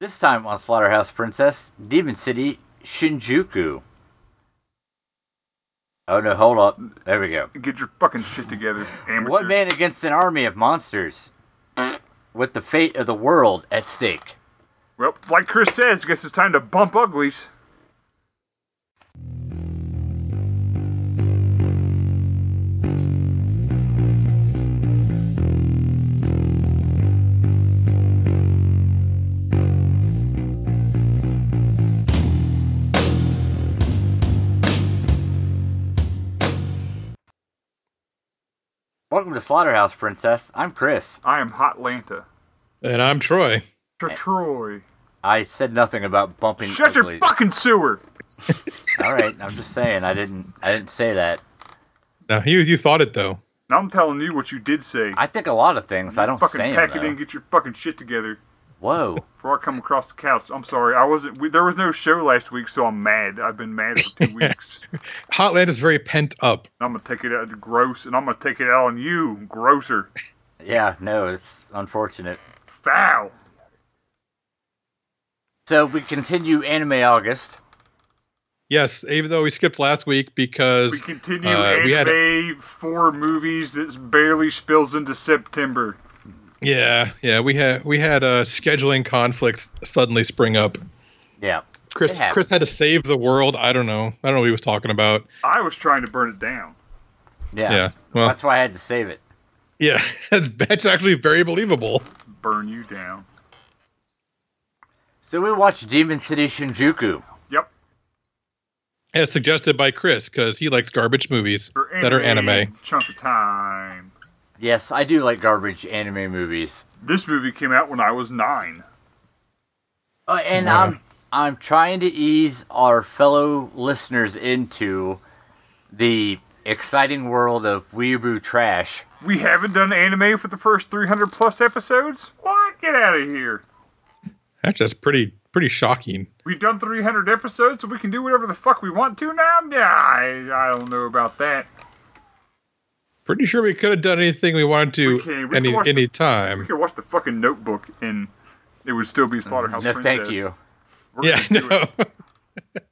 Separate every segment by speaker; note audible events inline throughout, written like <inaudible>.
Speaker 1: This time on Slaughterhouse Princess, Demon City, Shinjuku. Oh no, hold up. There we go.
Speaker 2: Get your fucking shit together, amateur.
Speaker 1: One man against an army of monsters. With the fate of the world at stake.
Speaker 2: Well, like Chris says, guess it's time to bump uglies.
Speaker 1: Welcome to Slaughterhouse Princess. I'm Chris.
Speaker 2: I am Hot Lanta.
Speaker 3: And I'm Troy.
Speaker 2: Tr-
Speaker 1: Eh.
Speaker 2: Troy.
Speaker 1: I said nothing about bumping
Speaker 2: Shut your
Speaker 1: uglies.
Speaker 2: fucking sewer!
Speaker 1: All right, I'm just saying I didn't I didn't say that.
Speaker 3: Now, you, you thought it, though.
Speaker 2: Now I'm telling you what you did say.
Speaker 1: I think a lot of things. I don't
Speaker 2: fucking
Speaker 1: say
Speaker 2: pack
Speaker 1: them.
Speaker 2: it in,
Speaker 1: though.
Speaker 2: get your fucking shit together
Speaker 1: Whoa.
Speaker 2: before I come across the couch. I'm sorry, I wasn't. We, there was no show last week, so I'm mad. I've been mad
Speaker 1: <laughs>
Speaker 2: for two weeks.
Speaker 3: Hotland is very pent up.
Speaker 2: I'm gonna take it out gross, and I'm gonna take it out on you, grosser.
Speaker 1: Yeah, no, it's unfortunate.
Speaker 2: Foul.
Speaker 1: So we continue Anime August.
Speaker 3: Yes, even though we skipped last week because
Speaker 2: We continue
Speaker 3: uh,
Speaker 2: anime
Speaker 3: we had
Speaker 2: four movies that barely spills into September.
Speaker 3: yeah yeah we had we had uh, scheduling conflicts suddenly spring up.
Speaker 1: Yeah. It
Speaker 3: Chris
Speaker 1: happens.
Speaker 3: Chris had to save the world. I don't know. I don't know what he was talking about.
Speaker 2: I was trying to burn it down.
Speaker 1: Yeah.
Speaker 3: Yeah. Well.
Speaker 1: That's why I had to save it.
Speaker 3: Yeah, <laughs> that's that's actually very believable.
Speaker 2: Burn you down.
Speaker 1: So we watched Demon City Shinjuku.
Speaker 2: Yep.
Speaker 3: As suggested by Chris because he likes garbage movies
Speaker 2: For
Speaker 3: that are anime.
Speaker 2: Chunk of time.
Speaker 1: Yes, I do like garbage anime movies.
Speaker 2: This movie came out when I was nine.
Speaker 1: Uh, and
Speaker 3: Yeah.
Speaker 1: I'm I'm trying to ease our fellow listeners into the exciting world of weeaboo trash.
Speaker 2: We haven't done anime for the first 300 plus episodes? What? Get out of here.
Speaker 3: That's just pretty pretty shocking.
Speaker 2: We've done 300 episodes, so we can do whatever the fuck we want to now? Nah, I, I don't know about that.
Speaker 3: Pretty sure we could have done anything we wanted to
Speaker 2: We can- we
Speaker 3: any
Speaker 2: can watch the-
Speaker 3: any
Speaker 2: We
Speaker 3: time.
Speaker 2: could watch the fucking notebook and it would still be Slaughterhouse
Speaker 1: No,
Speaker 2: Princess.
Speaker 1: thank you.
Speaker 2: We're
Speaker 3: Yeah,
Speaker 2: gonna do it.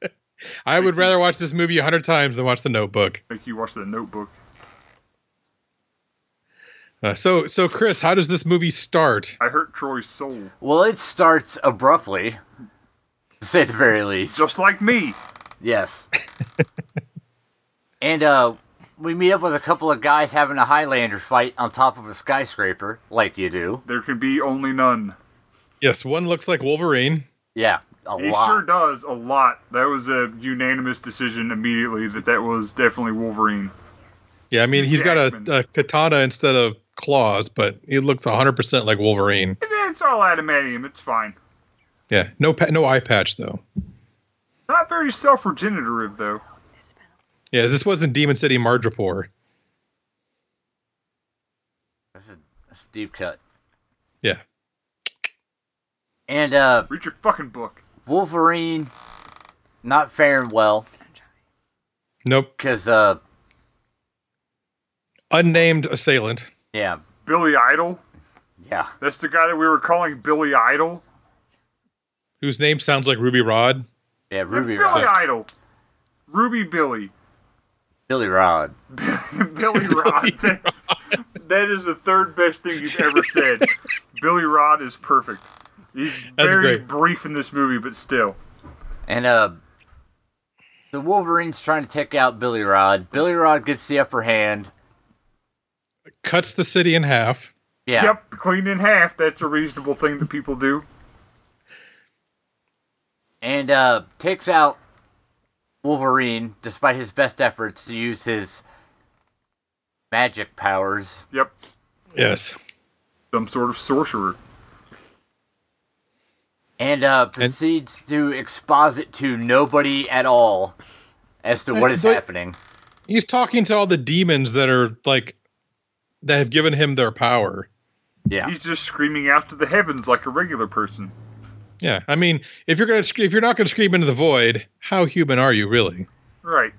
Speaker 3: no. <laughs> I would rather watch this movie a hundred times than watch The Notebook.
Speaker 2: Make you watch the notebook.
Speaker 3: Uh, so, so Chris, how does this movie start?
Speaker 2: I hurt Troy's soul.
Speaker 1: Well, it starts abruptly, to say the very least.
Speaker 2: Just like me.
Speaker 1: Yes. <laughs> and uh, we meet up with a couple of guys having a Highlander fight on top of a skyscraper, like you do.
Speaker 2: There can be only none.
Speaker 3: Yes, one looks like Wolverine.
Speaker 1: Yeah, a
Speaker 2: He
Speaker 1: lot.
Speaker 2: sure does a lot. That was a unanimous decision immediately that that was definitely Wolverine.
Speaker 3: Yeah, I mean he's got
Speaker 2: Jackman.
Speaker 3: a, a katana instead of claws, but he looks hundred percent like Wolverine.
Speaker 2: And it's all adamantium. It's fine.
Speaker 3: Yeah, no pa- no eye patch though.
Speaker 2: Not very self-regenerative though.
Speaker 3: Yeah, this wasn't Demon City Mardrapor.
Speaker 1: That's a, that's a deep cut.
Speaker 3: Yeah,
Speaker 1: And uh,
Speaker 2: Read your fucking book.
Speaker 1: Wolverine, not faring well,
Speaker 3: nope.
Speaker 1: because, uh,
Speaker 3: Unnamed assailant.
Speaker 1: yeah,
Speaker 2: Billy Idol.
Speaker 1: yeah.
Speaker 2: That's the guy that we were calling Billy Idol.
Speaker 3: whose name sounds like Ruby Rod.
Speaker 1: Yeah, Ruby
Speaker 2: Billy
Speaker 1: Rod.
Speaker 2: Idol. Ruby Billy. <laughs>
Speaker 1: Billy Rod.
Speaker 2: Billy Rod. That- <laughs> that is the third best thing you've ever
Speaker 1: <laughs>
Speaker 2: said. Billy Rod is perfect. He's
Speaker 3: That's
Speaker 2: very
Speaker 3: great.
Speaker 2: brief in this movie, but still.
Speaker 1: And, uh, the Wolverine's trying to take out Billy Rod. Billy Rod gets the upper hand.
Speaker 3: Cuts the city in half.
Speaker 1: Yeah.
Speaker 2: Yep, clean in half. That's a reasonable thing that people do.
Speaker 1: and uh, takes out Wolverine despite his best efforts to use his magic powers.
Speaker 2: Yep,
Speaker 3: Yes.
Speaker 2: some sort of sorcerer.
Speaker 1: And uh, proceeds to exposit to nobody at all as to what is
Speaker 3: But-
Speaker 1: happening.
Speaker 3: He's talking to all the demons that are like that have given him their power.
Speaker 1: Yeah.
Speaker 2: He's just screaming out to the heavens like a regular person.
Speaker 3: Yeah. I mean, if you're gonna sc- if you're not gonna scream into the void, how human are you really?
Speaker 2: Right.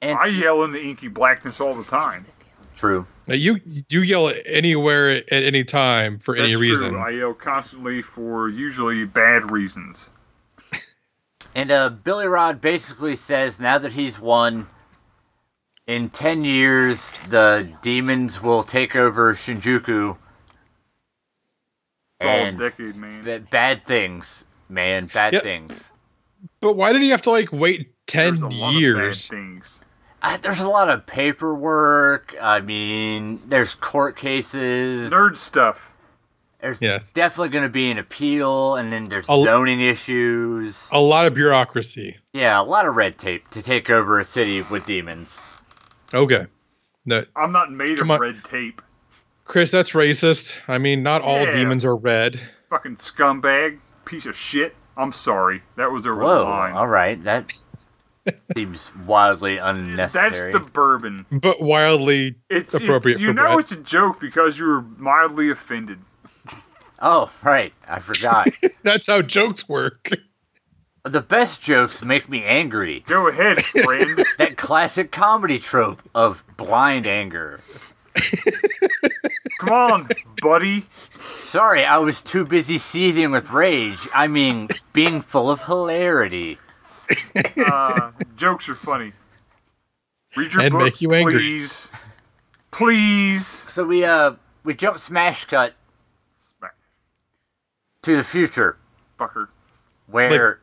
Speaker 1: And
Speaker 2: I yell in the inky blackness all the time.
Speaker 1: True.
Speaker 3: Now you you yell at anywhere at any time for any
Speaker 2: That's
Speaker 3: reason.
Speaker 2: True. I yell constantly for usually bad reasons.
Speaker 1: And uh, Billy Rod basically says now that he's won, in 10 years, the demons will take over Shinjuku.
Speaker 2: It's all a
Speaker 1: And-
Speaker 2: decade, man.
Speaker 1: B- bad things, man. Bad
Speaker 3: Yep.
Speaker 1: things.
Speaker 3: but why did he have to like wait
Speaker 2: There's
Speaker 3: ten
Speaker 2: a lot of
Speaker 3: years?
Speaker 2: bad things.
Speaker 1: I, Uh, there's a lot of paperwork. I mean, there's court cases.
Speaker 2: Nerd stuff.
Speaker 1: There's
Speaker 3: Yes.
Speaker 1: definitely going to be an appeal, and then there's
Speaker 3: A l-
Speaker 1: zoning issues.
Speaker 3: A lot of bureaucracy.
Speaker 1: Yeah, a lot of red tape to take over a city with demons.
Speaker 3: Okay. No,
Speaker 2: I'm not made
Speaker 3: Come
Speaker 2: of
Speaker 3: on.
Speaker 2: red tape.
Speaker 3: Chris, that's racist. I mean, not all
Speaker 2: Yeah.
Speaker 3: demons are red.
Speaker 2: Fucking scumbag, piece of shit. I'm sorry. That was their
Speaker 1: Whoa!
Speaker 2: line.
Speaker 1: All right, that seems wildly
Speaker 2: That's
Speaker 1: unnecessary.
Speaker 2: the bourbon.
Speaker 3: But wildly
Speaker 2: It's it-
Speaker 3: Appropriate
Speaker 2: you
Speaker 3: for
Speaker 2: know
Speaker 3: Brett.
Speaker 2: it's a joke because you were mildly offended.
Speaker 1: Oh, right, I forgot.
Speaker 3: that's how jokes work.
Speaker 1: the best jokes make me angry.
Speaker 2: Go ahead,
Speaker 3: <laughs>
Speaker 2: friend.
Speaker 1: That classic comedy trope of blind anger.
Speaker 2: Come on, buddy.
Speaker 1: Sorry, I was too busy seething with rage. I mean, being full of hilarity.
Speaker 2: Uh, jokes are funny. Read your
Speaker 3: And
Speaker 2: book,
Speaker 3: make you angry.
Speaker 2: please. Please.
Speaker 1: So we uh we jump smash cut
Speaker 2: Smack,
Speaker 1: to the future
Speaker 2: Fucker.
Speaker 1: where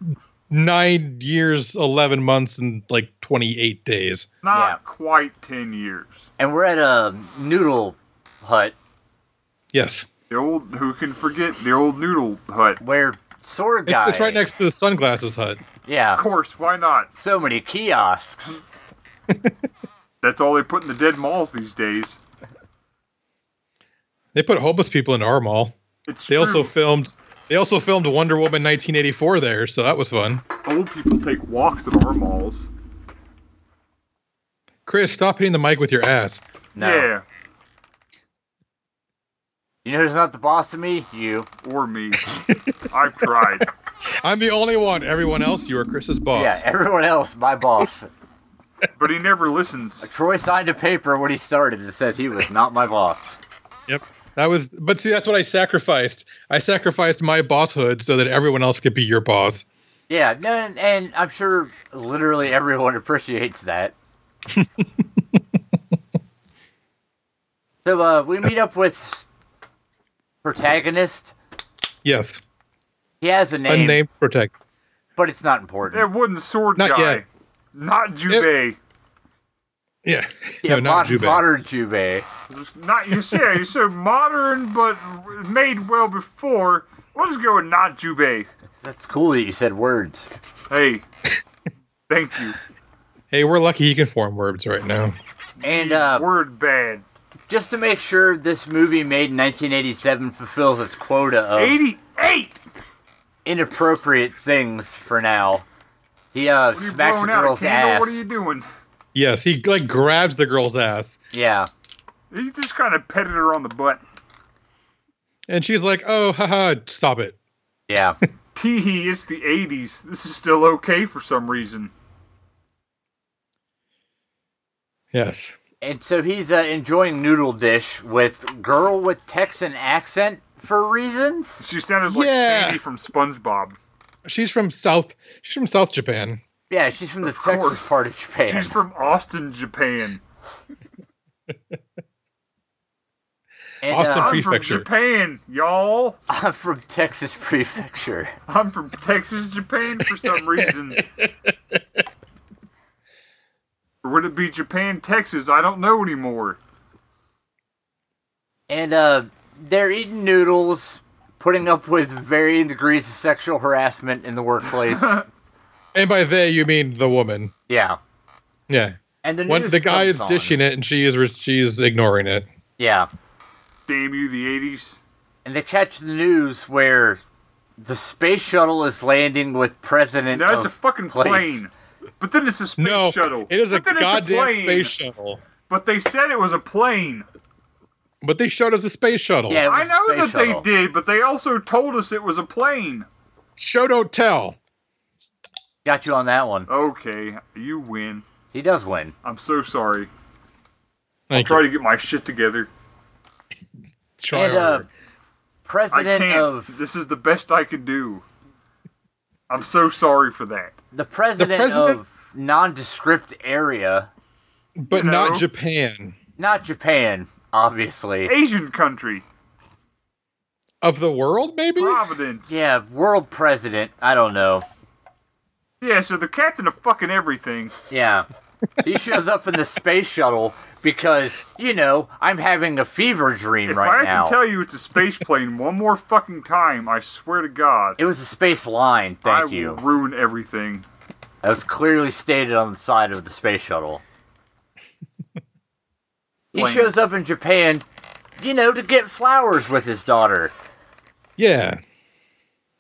Speaker 3: Nine years, eleven months, and like twenty-eight days.
Speaker 2: Not
Speaker 1: Yeah.
Speaker 2: quite ten years.
Speaker 1: and we're at a noodle hut
Speaker 3: Yes,
Speaker 2: The old who can forget the old noodle hut.
Speaker 1: where sword
Speaker 3: it's,
Speaker 1: guy.
Speaker 3: it's right next to the sunglasses hut.
Speaker 2: Of
Speaker 1: Yeah,
Speaker 2: course, why not?
Speaker 1: so many kiosks.
Speaker 2: That's all they put in the dead malls these days.
Speaker 3: They put homeless people in our mall.
Speaker 2: It's
Speaker 3: They also
Speaker 2: true.
Speaker 3: filmed. They also filmed Wonder Woman 1984 there, so that was fun.
Speaker 2: old people take walks at our malls.
Speaker 3: Chris, stop hitting the mic with your ass.
Speaker 1: No,
Speaker 2: Yeah,
Speaker 1: you know who's not the boss of me? You.
Speaker 2: or
Speaker 3: <laughs>
Speaker 2: me. I've tried.
Speaker 3: I'm the only one. Everyone else, you are Chris's boss.
Speaker 1: Yeah, eh. everyone else, my boss.
Speaker 2: But he never listens.
Speaker 1: Troy signed a paper when he started that says he was not my boss.
Speaker 3: Yep. That was, but see, that's what I sacrificed. I sacrificed my bosshood so that everyone else could be your boss.
Speaker 1: Yeah, no, and, and I'm sure literally everyone appreciates
Speaker 3: <laughs>
Speaker 1: that. so uh, we meet up with protagonist.
Speaker 3: Yes.
Speaker 1: He has a name,
Speaker 3: Unnamed protect.
Speaker 1: but it's not
Speaker 2: That
Speaker 1: important.
Speaker 2: wooden sword
Speaker 3: Not
Speaker 2: guy.
Speaker 3: yet.
Speaker 2: Not Jubei.
Speaker 3: Yeah. <laughs>
Speaker 1: Yeah,
Speaker 3: no, not
Speaker 1: mod-
Speaker 3: Jubei.
Speaker 1: modern Jubei.
Speaker 2: Not you say you so modern but made well before. We'll just go with not Jubei.
Speaker 1: That's cool that you said words.
Speaker 2: Hey. Thank you.
Speaker 3: Hey, we're lucky he can form words right now.
Speaker 1: And uh,
Speaker 2: Word bad.
Speaker 1: just to make sure this movie made in 1987 fulfills its quota of
Speaker 2: Eighty eight!
Speaker 1: inappropriate things for now, he uh,
Speaker 2: You
Speaker 1: smacks the
Speaker 2: blown out a
Speaker 1: girl's
Speaker 2: candle?
Speaker 1: ass.
Speaker 2: What are you doing?
Speaker 3: Yes, he like grabs the girl's ass,
Speaker 1: Yeah.
Speaker 2: He just kinda petted her on the butt.
Speaker 3: and she's like, "Oh, haha, stop it."
Speaker 2: <laughs>
Speaker 1: Yeah.
Speaker 2: Tee hee, it's the eighties. This is still okay for some reason.
Speaker 3: Yes.
Speaker 1: And so he's uh, enjoying noodle dish with girl with Texan accent for reasons.
Speaker 2: She sounded like
Speaker 3: Yeah.
Speaker 2: Sandy from SpongeBob.
Speaker 3: She's from South. She's from South Japan.
Speaker 1: Yeah, she's from the
Speaker 2: Of
Speaker 1: Texas
Speaker 2: course.
Speaker 1: part of Japan.
Speaker 2: She's from Austin, Japan.
Speaker 1: and,
Speaker 3: Austin
Speaker 1: uh,
Speaker 2: I'm from
Speaker 3: Prefecture.
Speaker 2: Japan, y'all.
Speaker 1: <laughs> I'm from Texas Prefecture.
Speaker 2: I'm from Texas, Japan for some reason. or would it be Japan, Texas? I don't know anymore.
Speaker 1: And uh, they're eating noodles, putting up with varying degrees of sexual harassment in the
Speaker 2: <laughs>
Speaker 1: workplace.
Speaker 3: And by they, you mean the woman.
Speaker 1: yeah.
Speaker 3: Yeah.
Speaker 1: And the,
Speaker 3: When
Speaker 1: news
Speaker 3: the guy
Speaker 1: comes
Speaker 3: is
Speaker 1: on.
Speaker 3: dishing it, and she is re- she's ignoring it.
Speaker 1: Yeah.
Speaker 2: Damn you, the 80s.
Speaker 1: and they catch the news where the space shuttle is landing with President.
Speaker 2: No, it's
Speaker 1: of
Speaker 2: a fucking
Speaker 1: place.
Speaker 2: plane. But then it's a space
Speaker 3: No,
Speaker 2: shuttle.
Speaker 3: it is a
Speaker 2: but then it's
Speaker 3: goddamn
Speaker 2: plane.
Speaker 3: space shuttle.
Speaker 2: But they said it was a plane.
Speaker 3: But they showed us a space shuttle.
Speaker 1: Yeah, it was
Speaker 2: I know
Speaker 1: a
Speaker 2: that
Speaker 1: space shuttle.
Speaker 2: they did, but they also told us it was a plane.
Speaker 3: Show don't tell.
Speaker 1: Got you on that one.
Speaker 2: Okay, you win.
Speaker 1: He does win.
Speaker 2: I'm so sorry. I'll
Speaker 3: Thank
Speaker 2: try to get my shit together.
Speaker 3: Try
Speaker 1: And, uh,
Speaker 3: harder.
Speaker 2: I
Speaker 1: President
Speaker 2: can't.
Speaker 1: of
Speaker 2: This is the best I could do. I'm so sorry for that.
Speaker 1: the president,
Speaker 3: president-
Speaker 1: of nondescript area,
Speaker 3: but
Speaker 2: you know.
Speaker 3: not Japan
Speaker 1: not Japan, obviously.
Speaker 2: Asian country,
Speaker 3: of the world, maybe.
Speaker 2: Providence.
Speaker 1: Yeah, world president. I don't know.
Speaker 2: Yeah, so the captain of fucking everything.
Speaker 1: Yeah, he shows up in the space shuttle because you know I'm having a fever dream
Speaker 2: If I
Speaker 1: right
Speaker 2: have
Speaker 1: now.
Speaker 2: to tell you it's a
Speaker 1: <laughs>
Speaker 2: space plane one more fucking time, I swear to God,
Speaker 1: it was a space line.
Speaker 2: I
Speaker 1: Thank
Speaker 2: will
Speaker 1: you.
Speaker 2: ruin everything.
Speaker 1: That was clearly stated on the side of the space shuttle. he
Speaker 2: Lame.
Speaker 1: shows up in Japan, you know, to get flowers with his daughter.
Speaker 3: Yeah.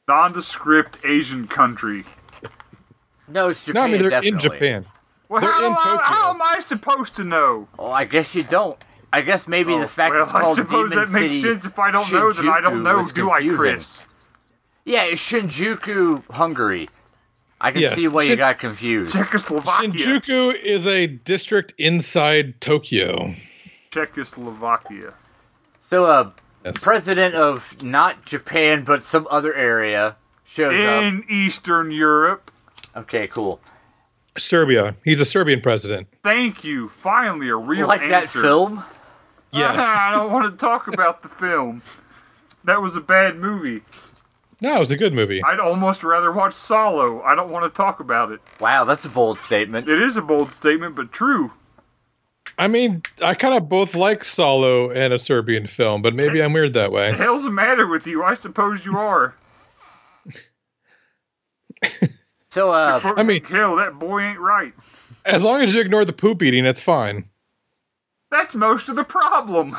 Speaker 2: Nondescript Asian country.
Speaker 1: No, it's Japan.
Speaker 3: No, I mean they're in
Speaker 1: definitely.
Speaker 3: Japan.
Speaker 2: Well,
Speaker 3: They're
Speaker 2: how, do
Speaker 3: in
Speaker 2: I,
Speaker 3: Tokyo.
Speaker 2: how am I supposed to know?
Speaker 1: Oh, I guess you don't. I guess maybe the fact
Speaker 2: Oh, well,
Speaker 1: it's called
Speaker 2: I suppose
Speaker 1: Demon
Speaker 2: that
Speaker 1: City
Speaker 2: makes sense. If I don't know, then I
Speaker 1: Shinjuku
Speaker 2: don't know,
Speaker 1: was
Speaker 2: do I,
Speaker 1: confusing.
Speaker 2: Chris?
Speaker 1: Yeah, it's Shinjuku, Hungary. I can
Speaker 3: Yes,
Speaker 1: see why you
Speaker 3: Shin-
Speaker 1: got confused.
Speaker 2: Czechoslovakia.
Speaker 3: Shinjuku is a district inside Tokyo.
Speaker 2: Czechoslovakia.
Speaker 1: So, uh,
Speaker 3: Yes.
Speaker 1: president of not Japan but some other area shows up.
Speaker 2: In Eastern Europe.
Speaker 1: Okay, cool.
Speaker 3: Serbia. He's a Serbian president.
Speaker 2: Thank you. Finally, a real
Speaker 1: Like that
Speaker 2: answer.
Speaker 1: film?
Speaker 2: Uh-huh.
Speaker 3: Yes.
Speaker 2: <laughs> I don't want to talk about the film. That was a bad movie.
Speaker 3: no, it was a good movie.
Speaker 2: I'd almost rather watch Solo. I don't want to talk about it.
Speaker 1: Wow, that's a bold statement.
Speaker 2: It is a bold statement, but true.
Speaker 3: I mean, I kind of both like Solo and a Serbian film, but maybe I'm weird that
Speaker 2: The
Speaker 3: way.
Speaker 2: hell's the matter with you? I suppose you are.
Speaker 1: So, uh,
Speaker 3: I mean-
Speaker 2: hell, that boy ain't right.
Speaker 3: As long as you ignore the poop eating, it's fine.
Speaker 2: That's most of the problem.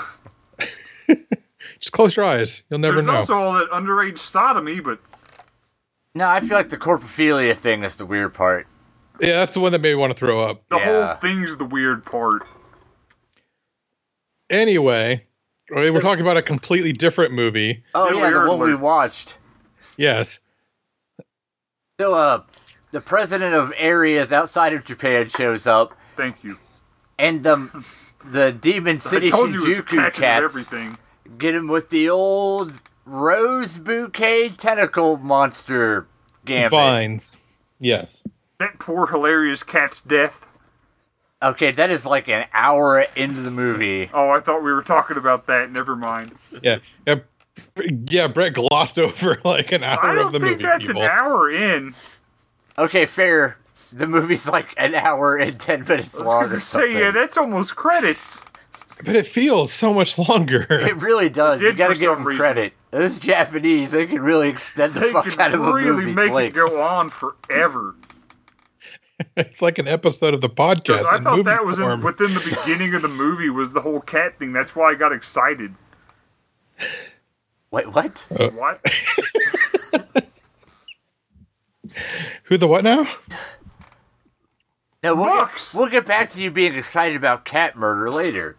Speaker 3: Just close your eyes. You'll <laughs> never
Speaker 2: There's
Speaker 3: know.
Speaker 2: also all that underage sodomy, but
Speaker 1: no, I feel like the corpophilia thing is the weird part.
Speaker 3: yeah, that's the one that made me want to throw up.
Speaker 2: the
Speaker 1: Yeah.
Speaker 2: whole thing's the weird part.
Speaker 3: Anyway, we- we're talking about a completely different movie.
Speaker 1: Oh,
Speaker 2: Yeah,
Speaker 1: yeah,
Speaker 2: we're
Speaker 1: the one we
Speaker 2: alert.
Speaker 1: watched.
Speaker 3: Yes.
Speaker 1: So, uh, the president of areas outside of Japan shows up,
Speaker 2: Thank you.
Speaker 1: and um, the Demon City
Speaker 2: I told you it's
Speaker 1: Shinjuku
Speaker 2: attached to
Speaker 1: cats
Speaker 2: everything.
Speaker 1: get him with the old rose bouquet tentacle monster gambit.
Speaker 3: Vines. Yes.
Speaker 2: That poor hilarious cat's death.
Speaker 1: Okay, that is like an hour into the movie.
Speaker 2: Oh, I thought we were talking about that. Never mind.
Speaker 3: Yeah. yeah. Yeah, Brett glossed <laughs> over like an hour
Speaker 2: I
Speaker 3: of
Speaker 2: don't
Speaker 3: the
Speaker 2: think
Speaker 3: movie.
Speaker 2: that's
Speaker 3: people.
Speaker 2: an hour in.
Speaker 1: Okay, fair. The movie's like an hour and ten minutes
Speaker 2: I was
Speaker 1: long
Speaker 2: gonna
Speaker 1: or
Speaker 2: say, yeah,
Speaker 1: something.
Speaker 2: that's almost credits.
Speaker 3: But it feels so much longer.
Speaker 1: It really does.
Speaker 2: <laughs> It
Speaker 1: You
Speaker 2: did
Speaker 1: gotta
Speaker 2: for
Speaker 1: give
Speaker 2: some
Speaker 1: them
Speaker 2: reason.
Speaker 1: credit. Those Japanese, they can really extend the
Speaker 2: They
Speaker 1: fuck out
Speaker 2: could
Speaker 1: of a
Speaker 2: really
Speaker 1: movie's
Speaker 2: make
Speaker 1: length.
Speaker 2: it go on forever.
Speaker 3: <laughs> it's like an episode of the podcast.
Speaker 2: I
Speaker 3: in
Speaker 2: thought
Speaker 3: movie
Speaker 2: that was in,
Speaker 3: form.
Speaker 2: within
Speaker 3: <laughs>
Speaker 2: the beginning of the movie was the whole cat thing. That's why I got excited.
Speaker 1: Wait, what?
Speaker 3: Uh.
Speaker 2: What?
Speaker 3: Who the what now?
Speaker 1: No, we'll get,
Speaker 2: Books!
Speaker 1: we'll get back to you being excited about cat murder later.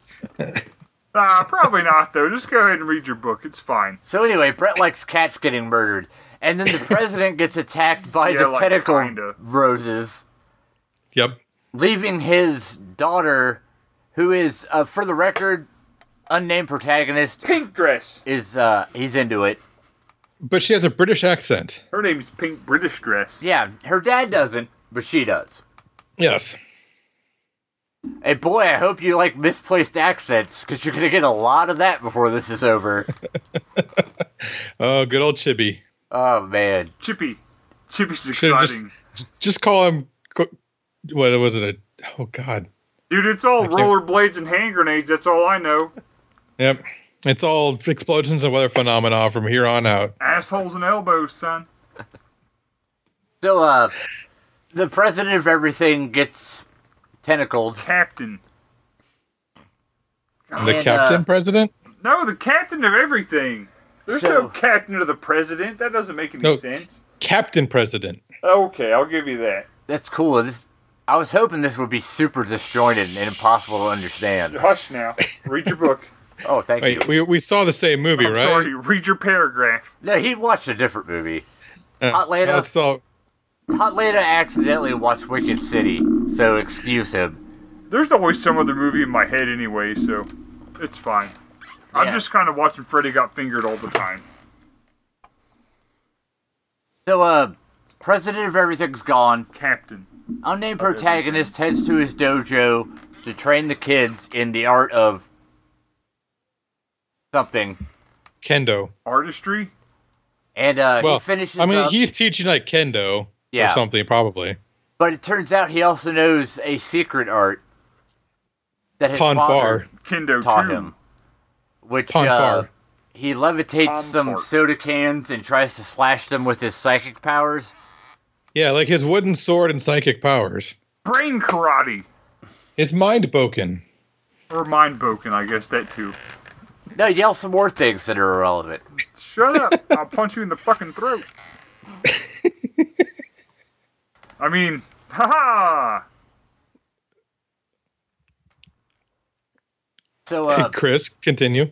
Speaker 2: Ah, probably not though. Just go ahead and read your book. It's fine.
Speaker 1: So anyway, Brett likes cats getting murdered, and
Speaker 2: <laughs>
Speaker 1: then the president gets attacked by
Speaker 2: Yeah,
Speaker 1: the
Speaker 2: like,
Speaker 1: tentacle
Speaker 2: kinda.
Speaker 1: roses.
Speaker 3: Yep.
Speaker 1: leaving his daughter, who is, uh, for the record, unnamed protagonist,
Speaker 2: Pink dress.
Speaker 1: is uh, he's into it.
Speaker 3: But she has a British accent.
Speaker 2: Her name is Pink British Dress.
Speaker 1: Yeah, her dad doesn't, but she does.
Speaker 3: Yes.
Speaker 1: And boy, I hope you like misplaced accents, because you're gonna get a lot of that before this is
Speaker 2: <laughs>
Speaker 1: over.
Speaker 3: Oh, good old Chibi.
Speaker 1: oh man,
Speaker 2: Chippy. Chippy's
Speaker 3: Should've just-
Speaker 2: exciting.
Speaker 3: Just call him. co- What was it? A, oh God.
Speaker 2: Dude, it's all
Speaker 3: Thank you.
Speaker 2: rollerblades and hand grenades. That's all I know.
Speaker 3: Yep. It's all explosions and weather phenomena from here on out.
Speaker 2: Assholes and elbows, son.
Speaker 1: so uh, the president of everything gets tentacled.
Speaker 2: Captain.
Speaker 3: The
Speaker 1: And,
Speaker 3: captain
Speaker 1: uh,
Speaker 3: president?
Speaker 2: No, the captain of everything. There's
Speaker 1: So-
Speaker 2: no captain of the president. That doesn't make any
Speaker 3: No.
Speaker 2: sense.
Speaker 3: Captain president.
Speaker 2: Okay, I'll give you that.
Speaker 1: That's cool. This, I was hoping this would be super disjointed and impossible to understand.
Speaker 2: Hush now. Read your book.
Speaker 1: Oh, thank you.
Speaker 3: Wait, we, we saw the same movie,
Speaker 2: I'm
Speaker 3: right?
Speaker 2: sorry. Read your paragraph.
Speaker 1: No, he watched a different movie.
Speaker 3: Uh,
Speaker 1: Hot Lanta.
Speaker 3: That's all.
Speaker 1: Hot Lanta accidentally watched Wicked City, so excuse him.
Speaker 2: There's always some other movie in my head anyway, so it's fine. I'm
Speaker 1: Yeah.
Speaker 2: just kind of watching Freddy Got Fingered all the time.
Speaker 1: So, uh, president of everything's gone.
Speaker 2: Captain.
Speaker 1: Unnamed protagonist heads to his dojo to train the kids in the art of something,
Speaker 3: Kendo.
Speaker 2: Artistry?
Speaker 1: and uh, he
Speaker 3: Well,
Speaker 1: finishes.
Speaker 3: I mean,
Speaker 1: up,
Speaker 3: he's teaching like kendo
Speaker 1: Yeah.
Speaker 3: or something, probably.
Speaker 1: but it turns out he also knows a secret art that his
Speaker 3: Pon
Speaker 1: father
Speaker 3: far.
Speaker 2: Kendo
Speaker 1: taught
Speaker 2: too.
Speaker 1: him, which
Speaker 3: Pon
Speaker 1: uh,
Speaker 3: far.
Speaker 1: he levitates
Speaker 2: Pon
Speaker 1: some
Speaker 2: far.
Speaker 1: soda cans and tries to slash them with his psychic powers.
Speaker 3: Yeah, like his wooden sword and psychic powers.
Speaker 2: Brain karate.
Speaker 3: His mind boken.
Speaker 2: Or mind boken, I guess that too.
Speaker 1: No, yell some more things that are irrelevant.
Speaker 2: Shut up! I'll punch you in the fucking throat. I mean, haha!
Speaker 1: <laughs> So uh,
Speaker 3: <laughs> Chris, continue.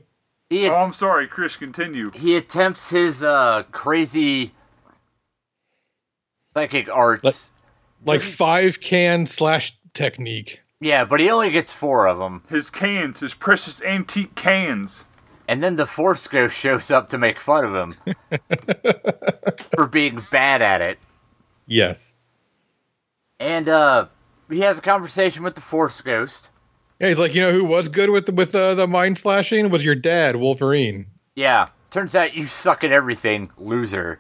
Speaker 1: he
Speaker 2: Oh, I'm sorry, Chris. Continue.
Speaker 1: he attempts his uh crazy psychic arts.
Speaker 3: Like- Like five can slash technique.
Speaker 1: yeah, but he only gets four of them,
Speaker 2: His cans, his precious antique cans.
Speaker 1: and then the Force Ghost shows up to make fun of him for being bad at it.
Speaker 3: Yes.
Speaker 1: And uh, he has a conversation with the Force Ghost.
Speaker 3: Yeah, he's like, you know, who was good with with uh, the mind slashing was your dad, Wolverine.
Speaker 1: Yeah, turns out you suck at everything, loser.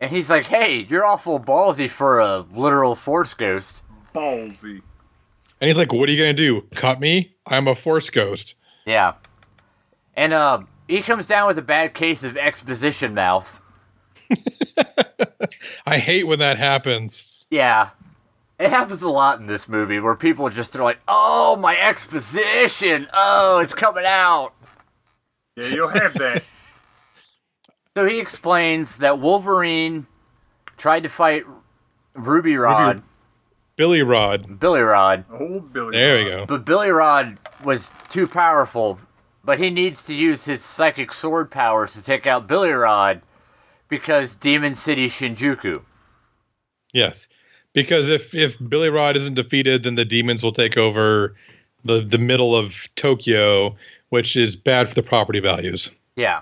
Speaker 1: And he's like, "Hey, you're awful ballsy for a literal Force Ghost."
Speaker 2: Ballsy.
Speaker 3: And he's like, what are you gonna do? Cut me? I'm a force ghost.
Speaker 1: Yeah. And uh, he comes down with a bad case of exposition mouth.
Speaker 3: I hate when that happens.
Speaker 1: Yeah. It happens a lot in this movie where people just are like, oh, my exposition. Oh, it's coming out.
Speaker 2: Yeah, you'll have that.
Speaker 1: So he explains that Wolverine tried to fight Ruby Rod,
Speaker 3: Billy Rod.
Speaker 1: Billy Rod,
Speaker 2: Old Billy.
Speaker 3: There we go.
Speaker 1: but Billy Rod was too powerful, but he needs to use his psychic sword powers to take out Billy Rod because Demon City Shinjuku.
Speaker 3: Yes. Because if if Billy Rod isn't defeated, then the demons will take over the the middle of Tokyo, which is bad for the property values.
Speaker 1: Yeah.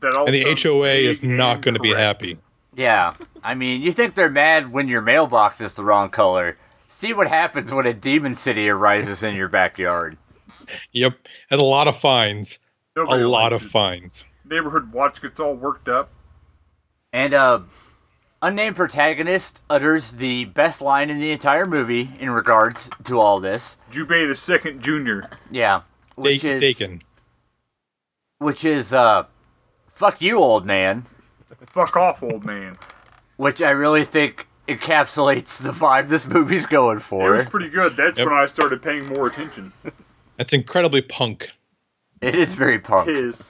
Speaker 2: That also
Speaker 3: And the HOA is
Speaker 2: big
Speaker 3: not
Speaker 2: and
Speaker 3: going to be
Speaker 2: correct.
Speaker 3: happy.
Speaker 1: Yeah. I mean, you think they're mad when your mailbox is the wrong color. See what happens when a demon city arises in your backyard.
Speaker 3: Yep, and a lot of fines. A
Speaker 2: Nobody
Speaker 3: lot of
Speaker 2: likes it.
Speaker 3: fines.
Speaker 2: Neighborhood watch gets all worked up.
Speaker 1: And uh unnamed protagonist utters the best line in the entire movie in regards to all this.
Speaker 2: Jubei the second junior.
Speaker 1: Yeah. Which
Speaker 3: Da-
Speaker 1: is
Speaker 3: Dakin.
Speaker 1: which is uh fuck you old man,
Speaker 2: Fuck off, old man.
Speaker 1: which I really think encapsulates the vibe this movie's going
Speaker 2: It
Speaker 1: for.
Speaker 2: was pretty good. That's
Speaker 3: Yep.
Speaker 2: when I started paying more attention.
Speaker 3: That's incredibly punk.
Speaker 1: It is very punk.
Speaker 2: His.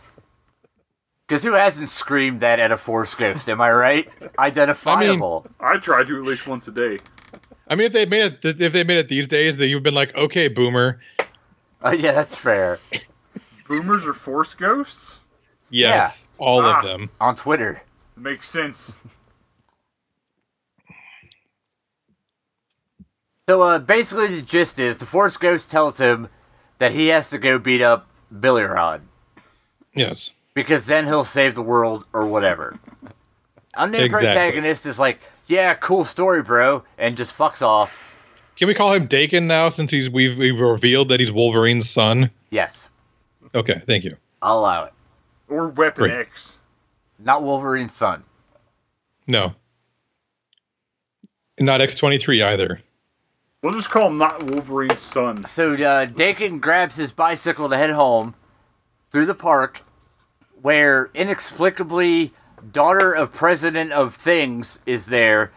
Speaker 1: Because who hasn't screamed that at a force ghost, am I right? Identifiable.
Speaker 2: I try to at least once a day.
Speaker 3: I mean, if they made it, if they made it these days, that you've been like, okay, boomer.
Speaker 1: Oh yeah, that's fair.
Speaker 2: Boomers are force ghosts?
Speaker 3: Yes, all
Speaker 2: Ah.
Speaker 3: of them.
Speaker 1: On Twitter.
Speaker 2: Makes sense.
Speaker 1: So uh, basically, the gist is the Force Ghost tells him that he has to go beat up Billy Rod
Speaker 3: Yes.
Speaker 1: because then he'll save the world or whatever. Unnamed
Speaker 3: Exactly.
Speaker 1: protagonist is like, "Yeah, cool story, bro," and just fucks off.
Speaker 3: Can we call him Dakin now since he's we've, we've revealed that he's Wolverine's son?
Speaker 1: Yes,
Speaker 3: Okay, thank you.
Speaker 1: I'll allow it.
Speaker 2: Or Weapon
Speaker 3: Great.
Speaker 2: X.
Speaker 1: Not Wolverine's son.
Speaker 3: No. Not X23 either.
Speaker 2: We'll just call him not Wolverine's son.
Speaker 1: So uh, Dakin grabs his bicycle to head home through the park, where inexplicably daughter of president of things is there,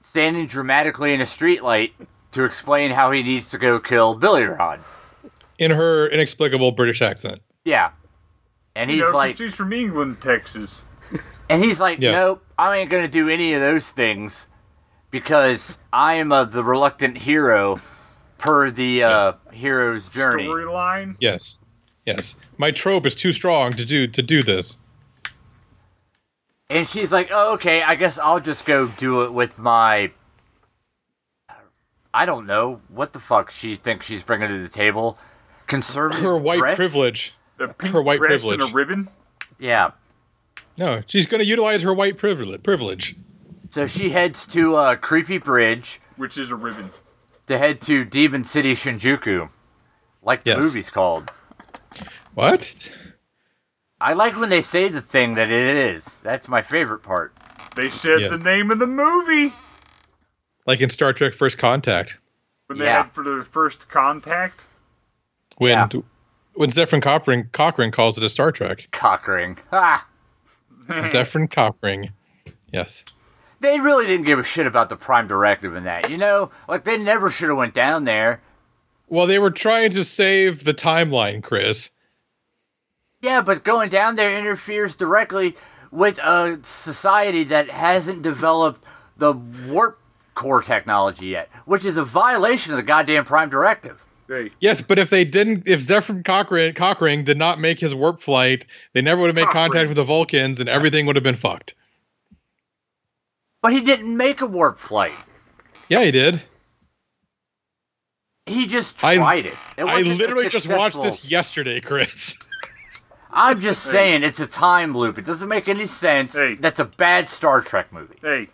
Speaker 1: standing dramatically in a streetlight to explain how he needs to go kill Billy Rod.
Speaker 3: In her inexplicable British accent.
Speaker 1: Yeah, and he's
Speaker 2: you know, 'cause
Speaker 1: like,
Speaker 2: he's from England, Texas.
Speaker 1: and he's like,
Speaker 3: Yes.
Speaker 1: nope, I ain't gonna do any of those things because I am of the reluctant hero, per the uh, hero's journey.
Speaker 2: Storyline.
Speaker 3: Yes. Yes. My trope is too strong to do to do this.
Speaker 1: And she's like, oh, okay, I guess I'll just go do it with my. I don't know what the fuck she thinks she's bringing to the table. Conservative
Speaker 3: Her white
Speaker 1: dress?
Speaker 3: privilege.
Speaker 2: A pink
Speaker 3: Her white
Speaker 2: dress and
Speaker 3: privilege.
Speaker 2: a ribbon.
Speaker 1: Yeah.
Speaker 3: No, she's going to utilize her white privilege. Privilege.
Speaker 1: So she heads to uh, Creepy Bridge
Speaker 2: Which is a ribbon.
Speaker 1: to head to Demon City Shinjuku, like the
Speaker 3: Yes.
Speaker 1: movie's called.
Speaker 3: What?
Speaker 1: I like when they say the thing that it is. That's my favorite part.
Speaker 2: They said
Speaker 3: Yes.
Speaker 2: the name of the movie
Speaker 3: Like in Star Trek: First Contact,
Speaker 2: when they
Speaker 1: Yeah.
Speaker 2: had for their first contact. <laughs>
Speaker 3: when
Speaker 1: Yeah.
Speaker 3: when Zephyrin Cochran, Cochran calls it a Star
Speaker 1: <clears throat>
Speaker 3: Trek.
Speaker 1: Cockering. Ha!
Speaker 3: Zephyrin Cochran. Yes.
Speaker 1: They really didn't give a shit about the Prime Directive in that, you know? Like, they never should have went down there.
Speaker 3: Well, they were trying to save the timeline, Chris.
Speaker 1: Yeah, but going down there interferes directly with a society that hasn't developed the warp core technology yet, which is a violation of the goddamn Prime Directive.
Speaker 2: Hey,
Speaker 3: Yes, but if they didn't, if Zephyrin Cochran, Cochran did not make his warp flight, they never would have made
Speaker 2: Cochran.
Speaker 3: contact with the Vulcans, and everything would have been fucked.
Speaker 1: But he didn't make a warp flight.
Speaker 3: Yeah, he did.
Speaker 1: He just
Speaker 3: I-
Speaker 1: tried it. It
Speaker 3: I
Speaker 1: wasn't a
Speaker 3: literally just watched
Speaker 1: successful-
Speaker 3: this yesterday, Chris. <laughs>
Speaker 1: I'm just saying it's a time loop. It doesn't make any sense.
Speaker 2: Hey.
Speaker 1: That's a bad Star Trek movie.
Speaker 2: hey,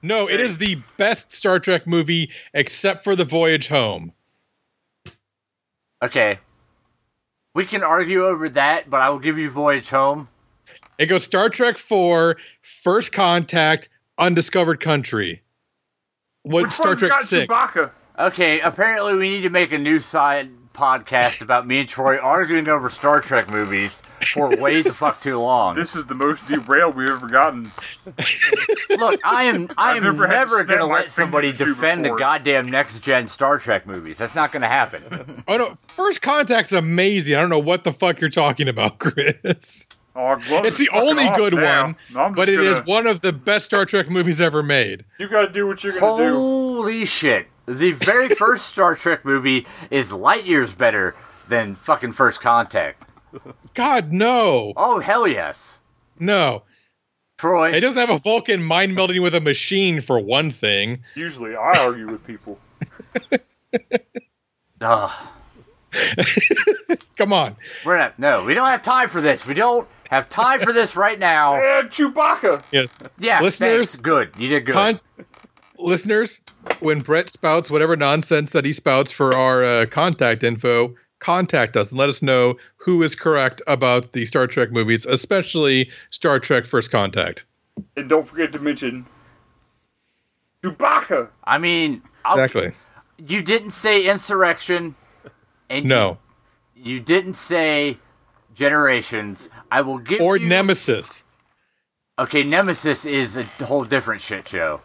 Speaker 3: No, it
Speaker 2: Hey.
Speaker 3: is the best Star Trek movie except for The Voyage Home.
Speaker 1: Okay. We can argue over that, but I will give you Voyage Home.
Speaker 3: It goes Star Trek 4, First Contact, Undiscovered Country. What
Speaker 2: which
Speaker 3: Star
Speaker 2: one's
Speaker 3: Trek
Speaker 2: got
Speaker 3: 6?
Speaker 2: Chewbacca?
Speaker 1: Okay, apparently we need to make a new side podcast about me and Troy arguing over Star Trek movies for way the fuck too long.
Speaker 2: This is the most derailed we've ever gotten.
Speaker 1: Look, I am I
Speaker 2: I've
Speaker 1: am
Speaker 2: never
Speaker 1: never,
Speaker 2: had to snap
Speaker 1: gonna
Speaker 2: my
Speaker 1: let somebody
Speaker 2: fingers to
Speaker 1: defend the
Speaker 2: before.
Speaker 1: goddamn next gen Star Trek movies. That's not gonna
Speaker 2: <laughs>
Speaker 1: happen.
Speaker 3: Oh no, First Contact's amazing. I don't know what the fuck you're talking about, <laughs> Chris.
Speaker 2: Oh, our glove
Speaker 3: It's
Speaker 2: is
Speaker 3: the
Speaker 2: fucking
Speaker 3: only
Speaker 2: off
Speaker 3: good
Speaker 2: now.
Speaker 3: one,
Speaker 2: No, I'm
Speaker 3: but
Speaker 2: just
Speaker 3: it is
Speaker 2: gonna-
Speaker 3: one of the best Star Trek movies ever made.
Speaker 2: You gotta do what you're gonna
Speaker 1: Oh.
Speaker 2: do.
Speaker 1: Holy shit. The very first Star Trek movie is light years better than fucking First Contact.
Speaker 3: God no.
Speaker 1: Oh hell yes.
Speaker 3: No.
Speaker 1: Troy
Speaker 3: It doesn't have a Vulcan mind melding with a machine for one thing.
Speaker 2: Usually, I argue with people.
Speaker 1: Ugh.
Speaker 3: Come on.
Speaker 1: we're not no, we don't have time for this. We don't have time for this right now.
Speaker 2: <laughs> And Chewbacca.
Speaker 3: Yeah.
Speaker 1: Yeah,
Speaker 3: Listeners,
Speaker 1: thanks. good. You did good.
Speaker 3: Con- listeners, when Brett spouts whatever nonsense that he spouts for our uh, contact info, contact us and let us know who is correct about the Star Trek movies, especially Star Trek First Contact.
Speaker 2: And don't forget to mention Chewbacca.
Speaker 1: I mean, I'll-
Speaker 3: Exactly.
Speaker 1: you didn't say insurrection, and
Speaker 3: No.
Speaker 1: you, you didn't say generations. I will give
Speaker 3: Or
Speaker 1: you-
Speaker 3: Nemesis.
Speaker 1: Okay, Nemesis is a whole different shit show.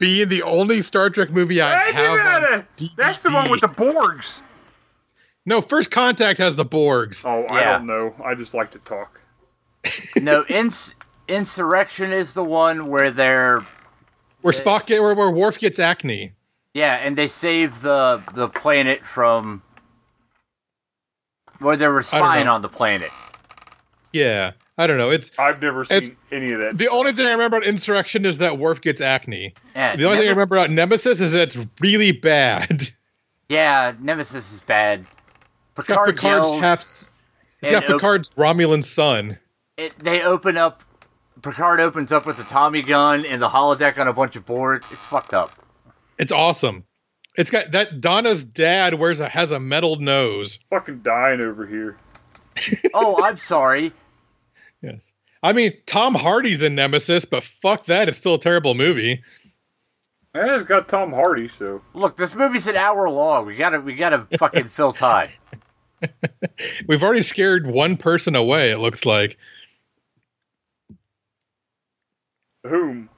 Speaker 3: Being the only Star Trek movie I
Speaker 2: Hey, get
Speaker 3: have. E
Speaker 2: outta-
Speaker 3: on
Speaker 2: That's the one
Speaker 3: DVD.
Speaker 2: with the Borgs.
Speaker 3: No, First Contact has the Borgs.
Speaker 2: Oh, I
Speaker 1: Yeah.
Speaker 2: don't know. I just like to talk.
Speaker 1: No, ins- insurrection is the one where they're
Speaker 3: Where Spock get, where, where Worf gets acne.
Speaker 1: yeah, and they save the the planet from where they were spying
Speaker 3: know.
Speaker 1: on the planet.
Speaker 3: Yeah. I don't know. It's
Speaker 2: I've never seen
Speaker 3: It's-
Speaker 2: any of that.
Speaker 3: the only thing I remember about Insurrection is that Worf gets acne.
Speaker 1: Yeah,
Speaker 3: The only thing I
Speaker 1: Nemes-
Speaker 3: remember about Nemesis is that it's really <laughs> bad.
Speaker 1: Yeah, Nemesis is bad.
Speaker 3: It's got
Speaker 1: Picard
Speaker 3: Picard's
Speaker 1: yells,
Speaker 3: half. It's
Speaker 1: and
Speaker 3: got
Speaker 1: op-
Speaker 3: Picard's Romulan son.
Speaker 1: it, they open up. Picard opens up with the Tommy gun and the holodeck on a bunch of boards. It's fucked up.
Speaker 3: It's awesome. It's got that Donna's dad wears a has a metal nose.
Speaker 2: fucking dying over here.
Speaker 1: Oh, I'm sorry.
Speaker 3: Yes. I mean, Tom Hardy's in Nemesis, but fuck that, it's still a terrible movie.
Speaker 2: And it's got Tom Hardy, so
Speaker 1: Look, this movie's an hour long. We gotta, we gotta fucking fill time.
Speaker 3: We've already scared one person away, it looks like.
Speaker 2: whom?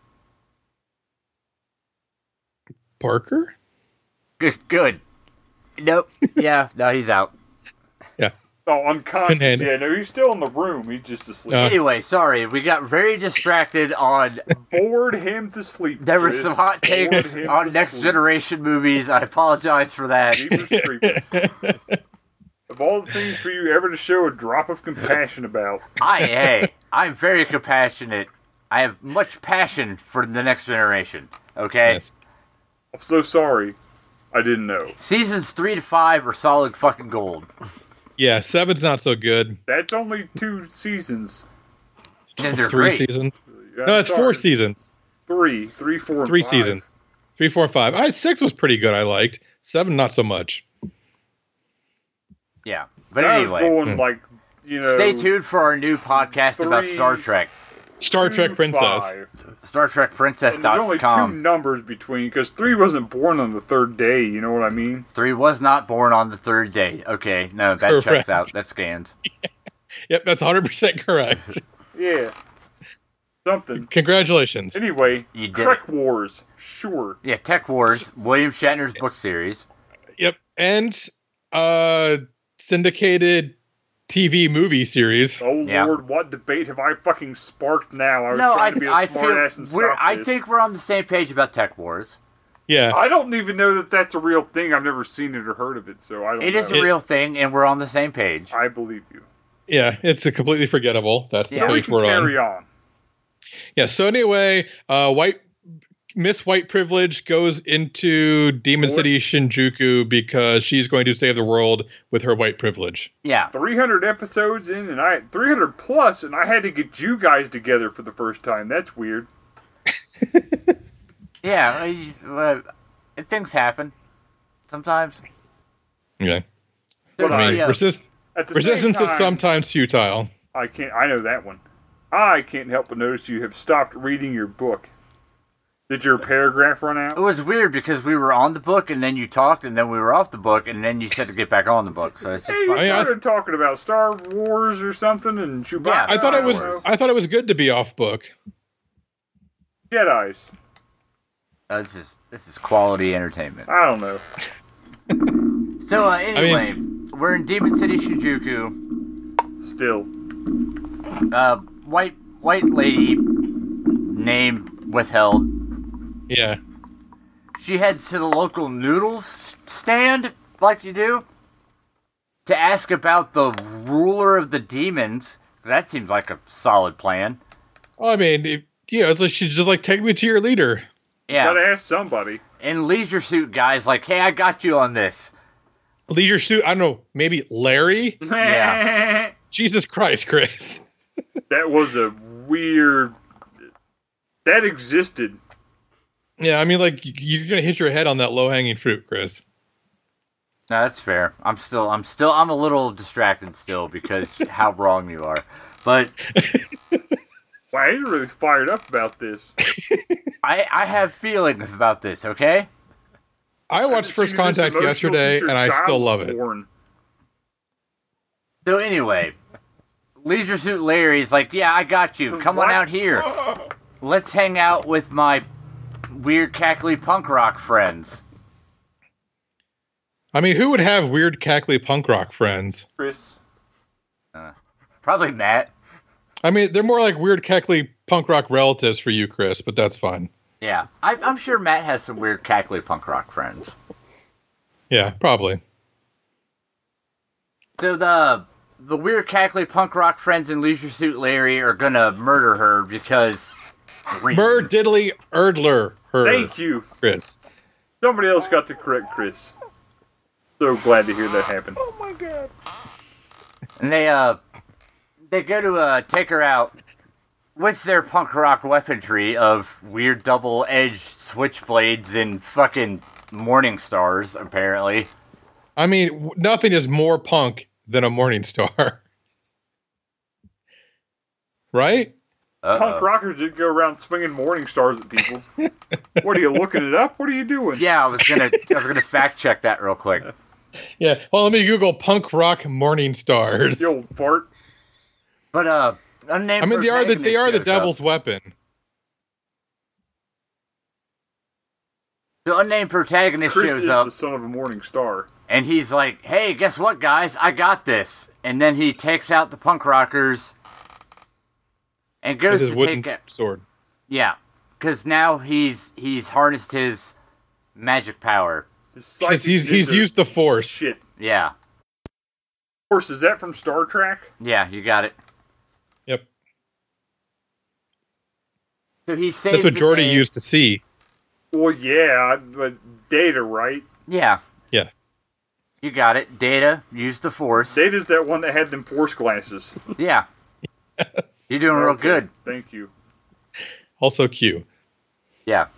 Speaker 3: Parker?
Speaker 1: Good, good. Nope. Yeah. No, he's out.
Speaker 2: Oh, unconscious.
Speaker 3: Pinhead.
Speaker 2: Yeah, no, he's still in the room. He's just asleep.
Speaker 3: Uh.
Speaker 1: Anyway, sorry. We got very distracted on.
Speaker 2: Bored him to sleep.
Speaker 1: There were
Speaker 2: Chris.
Speaker 1: some hot takes
Speaker 2: Bored him to
Speaker 1: on next
Speaker 2: sleep.
Speaker 1: generation movies. I apologize for that.
Speaker 2: He was creepy.
Speaker 3: <laughs>
Speaker 2: of all the things for you ever to show a drop of compassion about,
Speaker 1: I hey, I'm very compassionate. I have much passion for the next generation. Okay.
Speaker 3: Yes.
Speaker 2: I'm so sorry. I didn't know.
Speaker 1: Seasons three to five are solid fucking
Speaker 3: <laughs>
Speaker 1: gold.
Speaker 3: Yeah, seven's not so good.
Speaker 2: That's only two seasons.
Speaker 1: And they're
Speaker 3: Three
Speaker 1: great.
Speaker 3: seasons.
Speaker 2: Yeah,
Speaker 3: No, it's
Speaker 2: sorry.
Speaker 3: four seasons.
Speaker 2: Three, three, four, and
Speaker 3: Three
Speaker 2: five.
Speaker 3: seasons. Three, four, five. I six was pretty good. I liked seven, not so much.
Speaker 1: Yeah. But
Speaker 2: I was
Speaker 1: anyway,
Speaker 2: going like you know.
Speaker 1: stay tuned for our new podcast about
Speaker 2: Three-
Speaker 1: Star Trek.
Speaker 3: Star
Speaker 2: two,
Speaker 3: Trek Princess.
Speaker 2: five.
Speaker 1: Star Trek
Speaker 2: And There's only two
Speaker 1: Princess.com.
Speaker 2: numbers between because three wasn't born on the third day. You know what I mean?
Speaker 1: Three was not born on the third day. Okay, no, that checks
Speaker 3: Correct.
Speaker 1: out. That scans.
Speaker 3: Yep, that's hundred percent
Speaker 2: <laughs>
Speaker 3: correct.
Speaker 2: Yeah. Something.
Speaker 3: Congratulations.
Speaker 2: Anyway,
Speaker 1: You did
Speaker 2: Trek Wars. Sure.
Speaker 1: Yeah, Tech Wars, William Shatner's book series.
Speaker 3: Yep, and uh, syndicated TV movie series.
Speaker 2: Oh
Speaker 1: Yeah.
Speaker 2: Lord, what debate have I fucking sparked now? I was
Speaker 1: No, I,
Speaker 2: trying to be a
Speaker 1: I
Speaker 2: smart ass
Speaker 1: feel
Speaker 2: and
Speaker 1: we're,
Speaker 2: stop
Speaker 1: I
Speaker 2: this.
Speaker 1: think we're on the same page about Tech Wars.
Speaker 3: Yeah,
Speaker 2: I don't even know that that's a real thing. I've never seen it or heard of it, so I don't.
Speaker 1: It
Speaker 2: know.
Speaker 1: is a real thing, and we're on the same page.
Speaker 2: I believe you.
Speaker 3: yeah, it's a completely forgettable. That's the
Speaker 1: Yeah.
Speaker 2: So we
Speaker 3: page
Speaker 2: can
Speaker 3: we're on.
Speaker 2: carry on.
Speaker 3: Yeah. So anyway, uh, white Miss White Privilege goes into Demon
Speaker 2: Or-
Speaker 3: City Shinjuku because she's going to save the world with her white privilege.
Speaker 1: Yeah,
Speaker 2: 300 episodes in, and I 300 plus, and I had to get you guys together for the first time. That's weird.
Speaker 1: yeah. I- Uh, things happen sometimes.
Speaker 3: Yeah.
Speaker 1: There's
Speaker 2: But I-
Speaker 3: I
Speaker 1: the,
Speaker 3: mean,
Speaker 1: uh,
Speaker 3: resist,
Speaker 2: At the
Speaker 3: resistance
Speaker 2: same
Speaker 3: is
Speaker 2: time,
Speaker 3: sometimes futile.
Speaker 2: I can't. I know that one. I can't help but notice you have stopped reading your book. Did your paragraph run
Speaker 1: it
Speaker 2: out?
Speaker 1: was weird because we were on the book, and then you talked, and then we were off the book, and then you said to get back on the book. So it's
Speaker 2: Hey,
Speaker 1: just
Speaker 2: you
Speaker 1: fun.
Speaker 3: I mean, I-
Speaker 2: started talking about Star Wars or something, and Chewbacca.
Speaker 1: Yeah,
Speaker 3: I thought it was.
Speaker 1: Star Wars.
Speaker 3: I thought it was good to be off book.
Speaker 2: Jedi's.
Speaker 1: Uh, this is this is quality entertainment.
Speaker 2: I don't know.
Speaker 1: So uh, anyway, we're in Demon City Shinjuku.
Speaker 2: Still,
Speaker 1: uh, white white lady name withheld.
Speaker 3: Yeah.
Speaker 1: She heads to the local noodle s- stand, like you do, to ask about the ruler of the demons. That seems like a solid plan.
Speaker 3: Well, I mean, it, you know, it's like she's just like take me to your leader.
Speaker 2: gotta
Speaker 1: Yeah,
Speaker 2: ask somebody.
Speaker 1: and leisure suit guys like, hey, I got you on this.
Speaker 3: Leisure suit. I don't know. Maybe Larry.
Speaker 1: Yeah.
Speaker 3: Jesus Christ, Chris.
Speaker 2: <laughs>
Speaker 3: <laughs>
Speaker 2: that was a weird. That existed.
Speaker 3: Yeah, I mean, like y- you're gonna hit your head on that low hanging fruit, Chris.
Speaker 1: No, that's fair. I'm still, I'm still, I'm a little distracted still because how wrong you are. But
Speaker 2: Wow, he's really fired up about this.
Speaker 1: I, I have feelings about this. Okay.
Speaker 3: I watched
Speaker 2: just seen
Speaker 3: First
Speaker 2: this
Speaker 3: Contact
Speaker 2: emotional
Speaker 3: yesterday,
Speaker 2: feature
Speaker 3: and I
Speaker 2: child
Speaker 3: still love it.
Speaker 2: porn.
Speaker 1: So anyway, Leisure Suit Larry's like, yeah, I got you. Come on
Speaker 2: What?
Speaker 1: out here. Let's hang out with my weird cackly punk rock friends.
Speaker 3: I mean, who would have weird cackly punk rock friends?
Speaker 2: Chris.
Speaker 1: Probably Matt.
Speaker 3: I mean, they're more like weird cackly punk rock relatives for you, Chris, but that's fine.
Speaker 1: Yeah, I, I'm sure Matt has some weird cackly punk rock friends.
Speaker 3: Yeah, probably.
Speaker 1: So the the weird cackly punk rock friends and Leisure Suit Larry are gonna murder her because
Speaker 3: Mur Diddley Erdler, her
Speaker 2: Thank you.
Speaker 3: Chris.
Speaker 2: Somebody else got the correct Chris. So glad to hear that happen.
Speaker 1: and they uh they go to uh take her out with their punk rock weaponry of weird double edged switchblades and fucking morning stars apparently
Speaker 3: I mean, w- nothing is more punk than a morning star, <laughs> right?
Speaker 1: Uh-oh.
Speaker 2: Punk rockers did go around swinging morning stars at people. what are you looking it up? What are you doing?
Speaker 1: yeah i was gonna i was gonna fact check that real quick
Speaker 3: Yeah. Well, let me Google punk rock morning stars.
Speaker 2: You old fart.
Speaker 1: but uh unnamed
Speaker 3: I mean, they are the they
Speaker 1: protagonist
Speaker 3: are the
Speaker 1: shows up.
Speaker 3: devil's weapon.
Speaker 1: the unnamed protagonist
Speaker 2: Chris
Speaker 1: shows
Speaker 2: is
Speaker 1: up
Speaker 2: the son of a morning star.
Speaker 1: and he's like hey guess what guys i got this and then he takes out the punk rockers and goes
Speaker 3: With his
Speaker 1: to
Speaker 3: wooden
Speaker 1: take out
Speaker 3: sword.
Speaker 1: Yeah, because now he's he's harnessed his magic power.
Speaker 2: His
Speaker 3: Because
Speaker 2: psychic
Speaker 3: he's he's
Speaker 2: ninja
Speaker 3: used the force.
Speaker 2: shit.
Speaker 1: Yeah,
Speaker 2: Horse, is that from Star Trek?
Speaker 1: yeah, you got it.
Speaker 3: Yep.
Speaker 1: So he saves.
Speaker 3: That's what
Speaker 1: the
Speaker 3: Jordy
Speaker 1: day.
Speaker 3: used to see.
Speaker 2: Well, yeah, but data, right?
Speaker 1: Yeah,
Speaker 3: Yes.
Speaker 1: you got it. Data, use the force.
Speaker 2: Data's that one that had them force glasses.
Speaker 1: yeah. You're doing real good.
Speaker 2: Thank you.
Speaker 3: Also, Q.
Speaker 1: Yeah.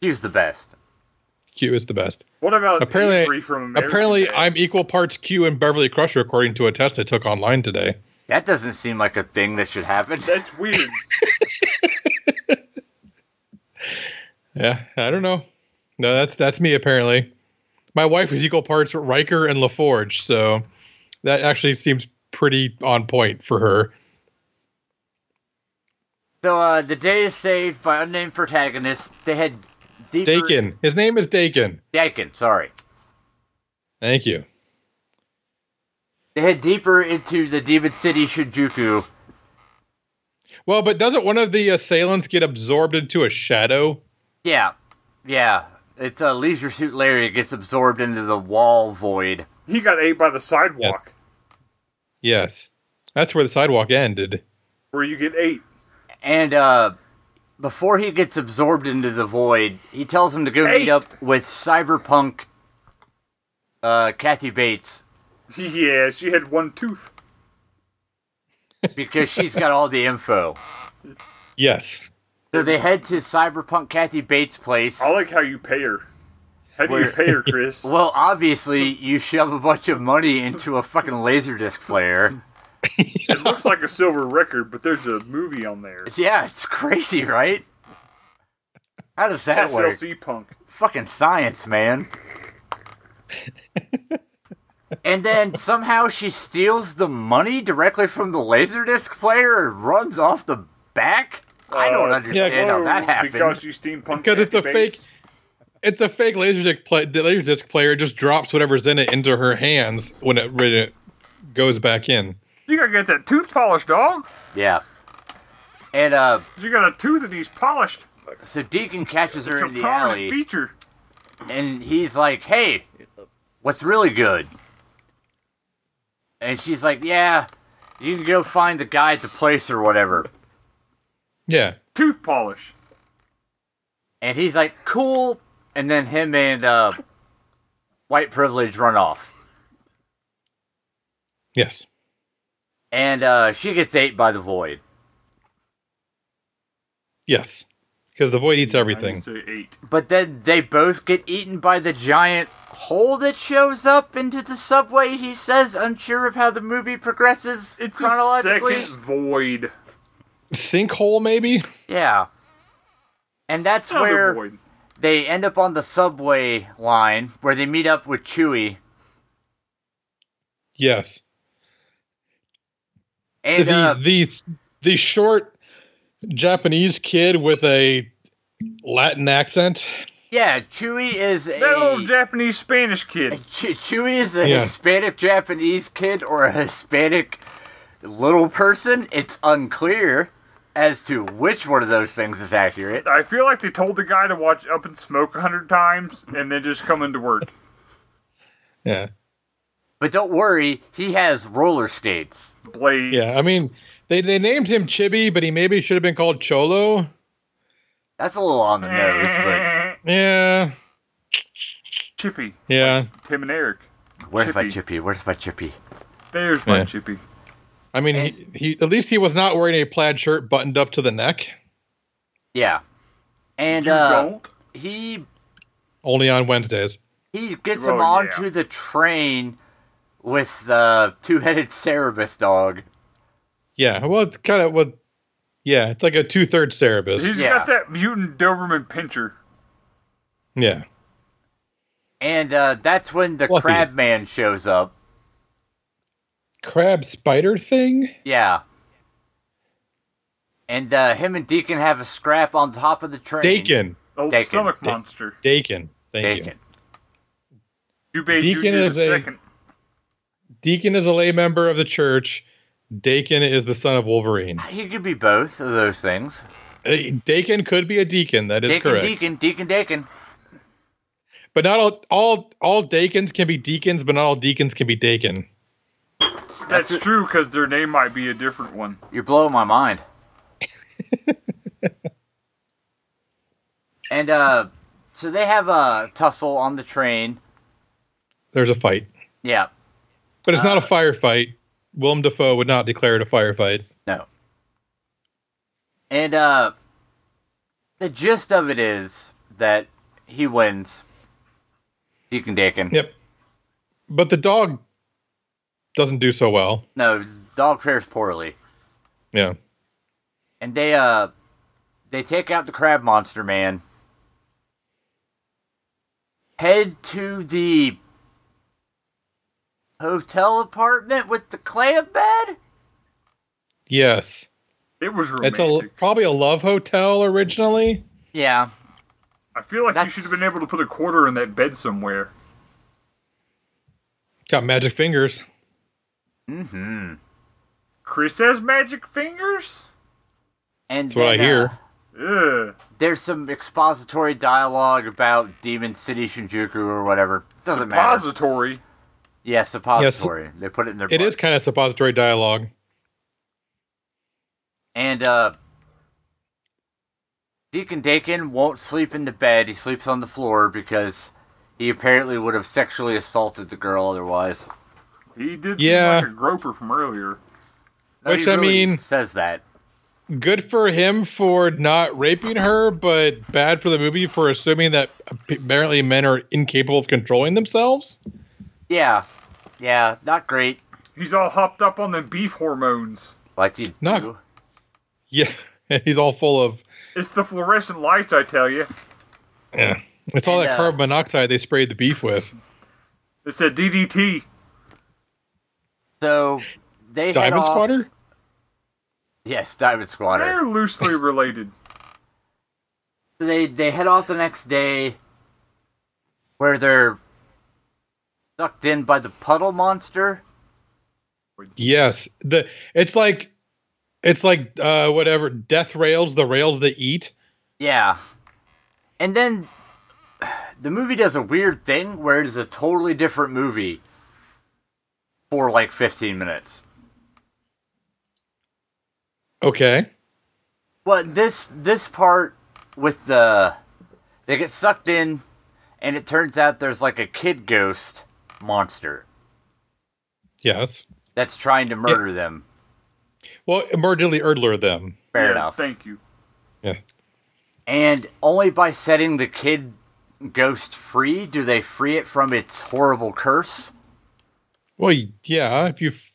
Speaker 1: Use the best.
Speaker 3: Q is the best.
Speaker 2: What about
Speaker 3: Apparently-
Speaker 2: E3 from American
Speaker 3: Apparently,
Speaker 2: Dad?
Speaker 3: I'm equal parts Q and Beverly Crusher, according to a test I took online today.
Speaker 1: That doesn't seem like a thing that should happen.
Speaker 2: That's weird.
Speaker 3: Yeah, I don't know. No, that's that's me apparently. My wife is equal parts Riker and LaForge, so that actually seems pretty on point for her.
Speaker 1: So uh, the day is saved by unnamed protagonists. They had deeper...
Speaker 3: Dakin. His name is Dakin.
Speaker 1: Dakin, sorry.
Speaker 3: Thank you.
Speaker 1: They head deeper into the Demon City Shinjuku.
Speaker 3: Well, but doesn't one of the assailants get absorbed into a shadow?
Speaker 1: Yeah, yeah. It's a uh, Leisure Suit Larry gets absorbed into the wall void.
Speaker 2: he got ate by the sidewalk
Speaker 3: Yes. Yes. That's where the sidewalk ended.
Speaker 2: where you get ate.
Speaker 1: And uh, before he gets absorbed into the void, he tells him to go meet
Speaker 2: Eight.
Speaker 1: up with Cyberpunk uh, Kathy Bates
Speaker 2: Yeah, she had one tooth.
Speaker 1: because she's got all the info.
Speaker 3: Yes.
Speaker 1: So they head to Cyberpunk Kathy Bates' place.
Speaker 2: I like how you pay her. How do you
Speaker 1: Where-
Speaker 2: pay
Speaker 1: <laughs>
Speaker 2: her, Chris?
Speaker 1: Well, obviously, you shove a bunch of money into a fucking Laserdisc player.
Speaker 2: it looks like a silver record, but there's a movie on there.
Speaker 1: Yeah, it's crazy, right? How does that work?
Speaker 2: SLC Punk.
Speaker 1: Fucking science,
Speaker 2: <laughs>
Speaker 1: man. and then somehow she steals the money directly from the Laserdisc player and runs off the back? I don't
Speaker 2: Uh,
Speaker 1: understand how that
Speaker 2: Oh,
Speaker 1: happened.
Speaker 2: Because you steampunk.
Speaker 3: Because it's a
Speaker 2: Kathy
Speaker 3: fake
Speaker 2: Bates.
Speaker 3: it's a fake laserdisc play the laserdisc player just drops whatever's in it into her hands when it, when it goes back in.
Speaker 2: You gotta get that tooth polished, dog.
Speaker 1: Yeah. And uh,
Speaker 2: You got a tooth and he's polished.
Speaker 1: so Deacon catches her
Speaker 2: It's
Speaker 1: in
Speaker 2: a
Speaker 1: the
Speaker 2: prominent
Speaker 1: alley.
Speaker 2: feature.
Speaker 1: and he's like, "Hey, what's really good?" And she's like, "Yeah, you can go find the guy at the place or whatever."
Speaker 3: Yeah.
Speaker 2: Tooth polish.
Speaker 1: And he's like, "Cool." And then him and uh, white privilege run off,
Speaker 3: Yes.
Speaker 1: and uh, she gets ate by the void.
Speaker 3: Yes. Because the void eats
Speaker 2: I
Speaker 3: everything.
Speaker 2: say eight.
Speaker 1: But then they both get eaten by the giant hole that shows up into the subway. He says, unsure of how the movie progresses
Speaker 2: It's a
Speaker 1: chronologically.
Speaker 2: second void.
Speaker 3: Sinkhole maybe?
Speaker 1: Yeah, and that's
Speaker 2: Another
Speaker 1: where.
Speaker 2: void.
Speaker 1: they end up on the subway line where they meet up with Chewie.
Speaker 3: Yes.
Speaker 1: And
Speaker 3: the,
Speaker 1: uh,
Speaker 3: the the short Japanese kid with a Latin accent.
Speaker 1: yeah, Chewie is a
Speaker 2: That little Japanese Spanish kid.
Speaker 1: <laughs> Che- Chewie is a
Speaker 3: Yeah.
Speaker 1: Hispanic Japanese kid or a Hispanic little person. It's unclear as to which one of those things is accurate.
Speaker 2: I feel like they told the guy to watch Up and Smoke a hundred times and then just come into work.
Speaker 3: Yeah.
Speaker 1: But don't worry, he has roller skates.
Speaker 2: Blade.
Speaker 3: Yeah. I mean, they, they named him Chibi, but he maybe should have been called Cholo.
Speaker 1: That's a little on the nose,
Speaker 2: <laughs>
Speaker 1: but <laughs>
Speaker 3: Yeah.
Speaker 2: Chippy.
Speaker 3: Yeah.
Speaker 2: Tim and Eric.
Speaker 1: where's my
Speaker 2: Chippy.
Speaker 1: Chippy? Where's my Chippy?
Speaker 2: There's my
Speaker 3: Yeah.
Speaker 2: Chippy.
Speaker 3: I mean, he, he at least he was not wearing a plaid shirt buttoned up to the neck,
Speaker 1: Yeah, and
Speaker 2: You
Speaker 1: uh,
Speaker 2: don't?
Speaker 1: he
Speaker 3: only on Wednesdays.
Speaker 1: He gets
Speaker 2: Oh,
Speaker 1: him
Speaker 2: yeah.
Speaker 1: onto the train with the two-headed Cerebus dog.
Speaker 3: Yeah. Well, it's kind of what. Yeah, it's like a two-thirds Cerebus.
Speaker 2: He's
Speaker 1: Yeah.
Speaker 2: got that mutant Doberman pincher.
Speaker 3: yeah.
Speaker 1: And uh, that's when the
Speaker 3: Fluffy.
Speaker 1: crab man shows up.
Speaker 3: Crab spider thing.
Speaker 1: Yeah. And uh, him and Deacon have a scrap on top of the train.
Speaker 3: Dakin.
Speaker 2: Old
Speaker 1: Dakin.
Speaker 2: Oh, stomach
Speaker 3: Da-
Speaker 2: monster.
Speaker 3: Dakin. Thank you.
Speaker 1: Deacon.
Speaker 2: Jubei
Speaker 3: Deacon
Speaker 2: Junior
Speaker 3: is
Speaker 2: the
Speaker 3: a-
Speaker 2: second.
Speaker 3: Deacon is a lay member of the church. Dakin is the son of Wolverine.
Speaker 1: He could Ah, be both of those things.
Speaker 3: A Dakin could be a deacon. That is
Speaker 1: Deacon,
Speaker 3: correct.
Speaker 1: Deacon, Deacon, Deacon.
Speaker 3: But not all all all deacons can be deacons, but not all deacons can be dakin.
Speaker 2: That's,
Speaker 1: That's it.
Speaker 2: true because their name might be a different one.
Speaker 1: You're blowing my
Speaker 3: <laughs>
Speaker 1: mind. and uh, so they have a tussle on the train.
Speaker 3: There's a fight,
Speaker 1: Yeah.
Speaker 3: but it's not a firefight. Willem Dafoe would not declare it a firefight.
Speaker 1: No. And uh the gist of it is that he wins. Deacon Dakin.
Speaker 3: Yep. But the dog doesn't do so well.
Speaker 1: No, dog fares poorly.
Speaker 3: Yeah.
Speaker 1: And they uh they take out the crab monster man. Head to the hotel apartment with the clam bed?
Speaker 3: Yes.
Speaker 2: It was
Speaker 3: It's a
Speaker 2: romantic.
Speaker 3: probably a love hotel originally.
Speaker 1: Yeah.
Speaker 2: I feel like
Speaker 1: that's-
Speaker 2: you should have been able to put a quarter in that bed somewhere.
Speaker 3: Got magic fingers.
Speaker 1: Mm-hmm.
Speaker 2: Chris has magic fingers.
Speaker 1: And
Speaker 3: That's what I
Speaker 1: then, uh,
Speaker 3: hear.
Speaker 2: Ugh.
Speaker 1: there's some expository dialogue about Demon City Shinjuku or whatever. Doesn't matter.
Speaker 2: Suppository.
Speaker 1: Yes, suppository. They put it in their.
Speaker 3: It is
Speaker 1: books.
Speaker 3: kind of suppository dialogue.
Speaker 1: And uh, Deacon Dakin won't sleep in the bed. He sleeps on the floor because he apparently would have sexually assaulted the girl otherwise.
Speaker 2: He did
Speaker 3: Yeah.
Speaker 2: seem like a groper from earlier.
Speaker 1: Nobody
Speaker 3: Which, I
Speaker 1: really
Speaker 3: mean-
Speaker 1: says that.
Speaker 3: Good for him for not raping her, but bad for the movie for assuming that apparently men are incapable of controlling themselves.
Speaker 1: Yeah, yeah, not great.
Speaker 2: He's all hopped up on them beef hormones.
Speaker 1: Like you
Speaker 3: Not-
Speaker 1: do.
Speaker 3: Yeah. <laughs> He's all full of
Speaker 2: It's the fluorescent lights, I tell you.
Speaker 3: yeah. It's all
Speaker 1: And,
Speaker 3: that
Speaker 1: uh,
Speaker 3: carbon monoxide they sprayed the beef with.
Speaker 2: It said DDT.
Speaker 1: So they head
Speaker 3: Diamond
Speaker 1: off-
Speaker 3: Squatter?
Speaker 1: Yes, Diamond Squatter.
Speaker 2: They're
Speaker 3: <laughs>
Speaker 2: loosely related.
Speaker 1: So they they head off the next day where they're sucked in by the puddle monster
Speaker 3: Yes. The it's like it's like uh whatever death rails, the rails that eat.
Speaker 1: yeah and then the movie does a weird thing where it is a totally different movie for like 15 minutes
Speaker 3: Okay.
Speaker 1: well this this part with the they get sucked in and it turns out there's like a kid ghost monster
Speaker 3: Yes.
Speaker 1: that's trying to murder them
Speaker 3: Well, emergently erdler them.
Speaker 1: fair
Speaker 2: yeah,
Speaker 1: enough
Speaker 2: Thank you.
Speaker 3: Yeah.
Speaker 1: And only by setting the kid ghost free do they free it from its horrible curse.
Speaker 3: Well, yeah, if you f-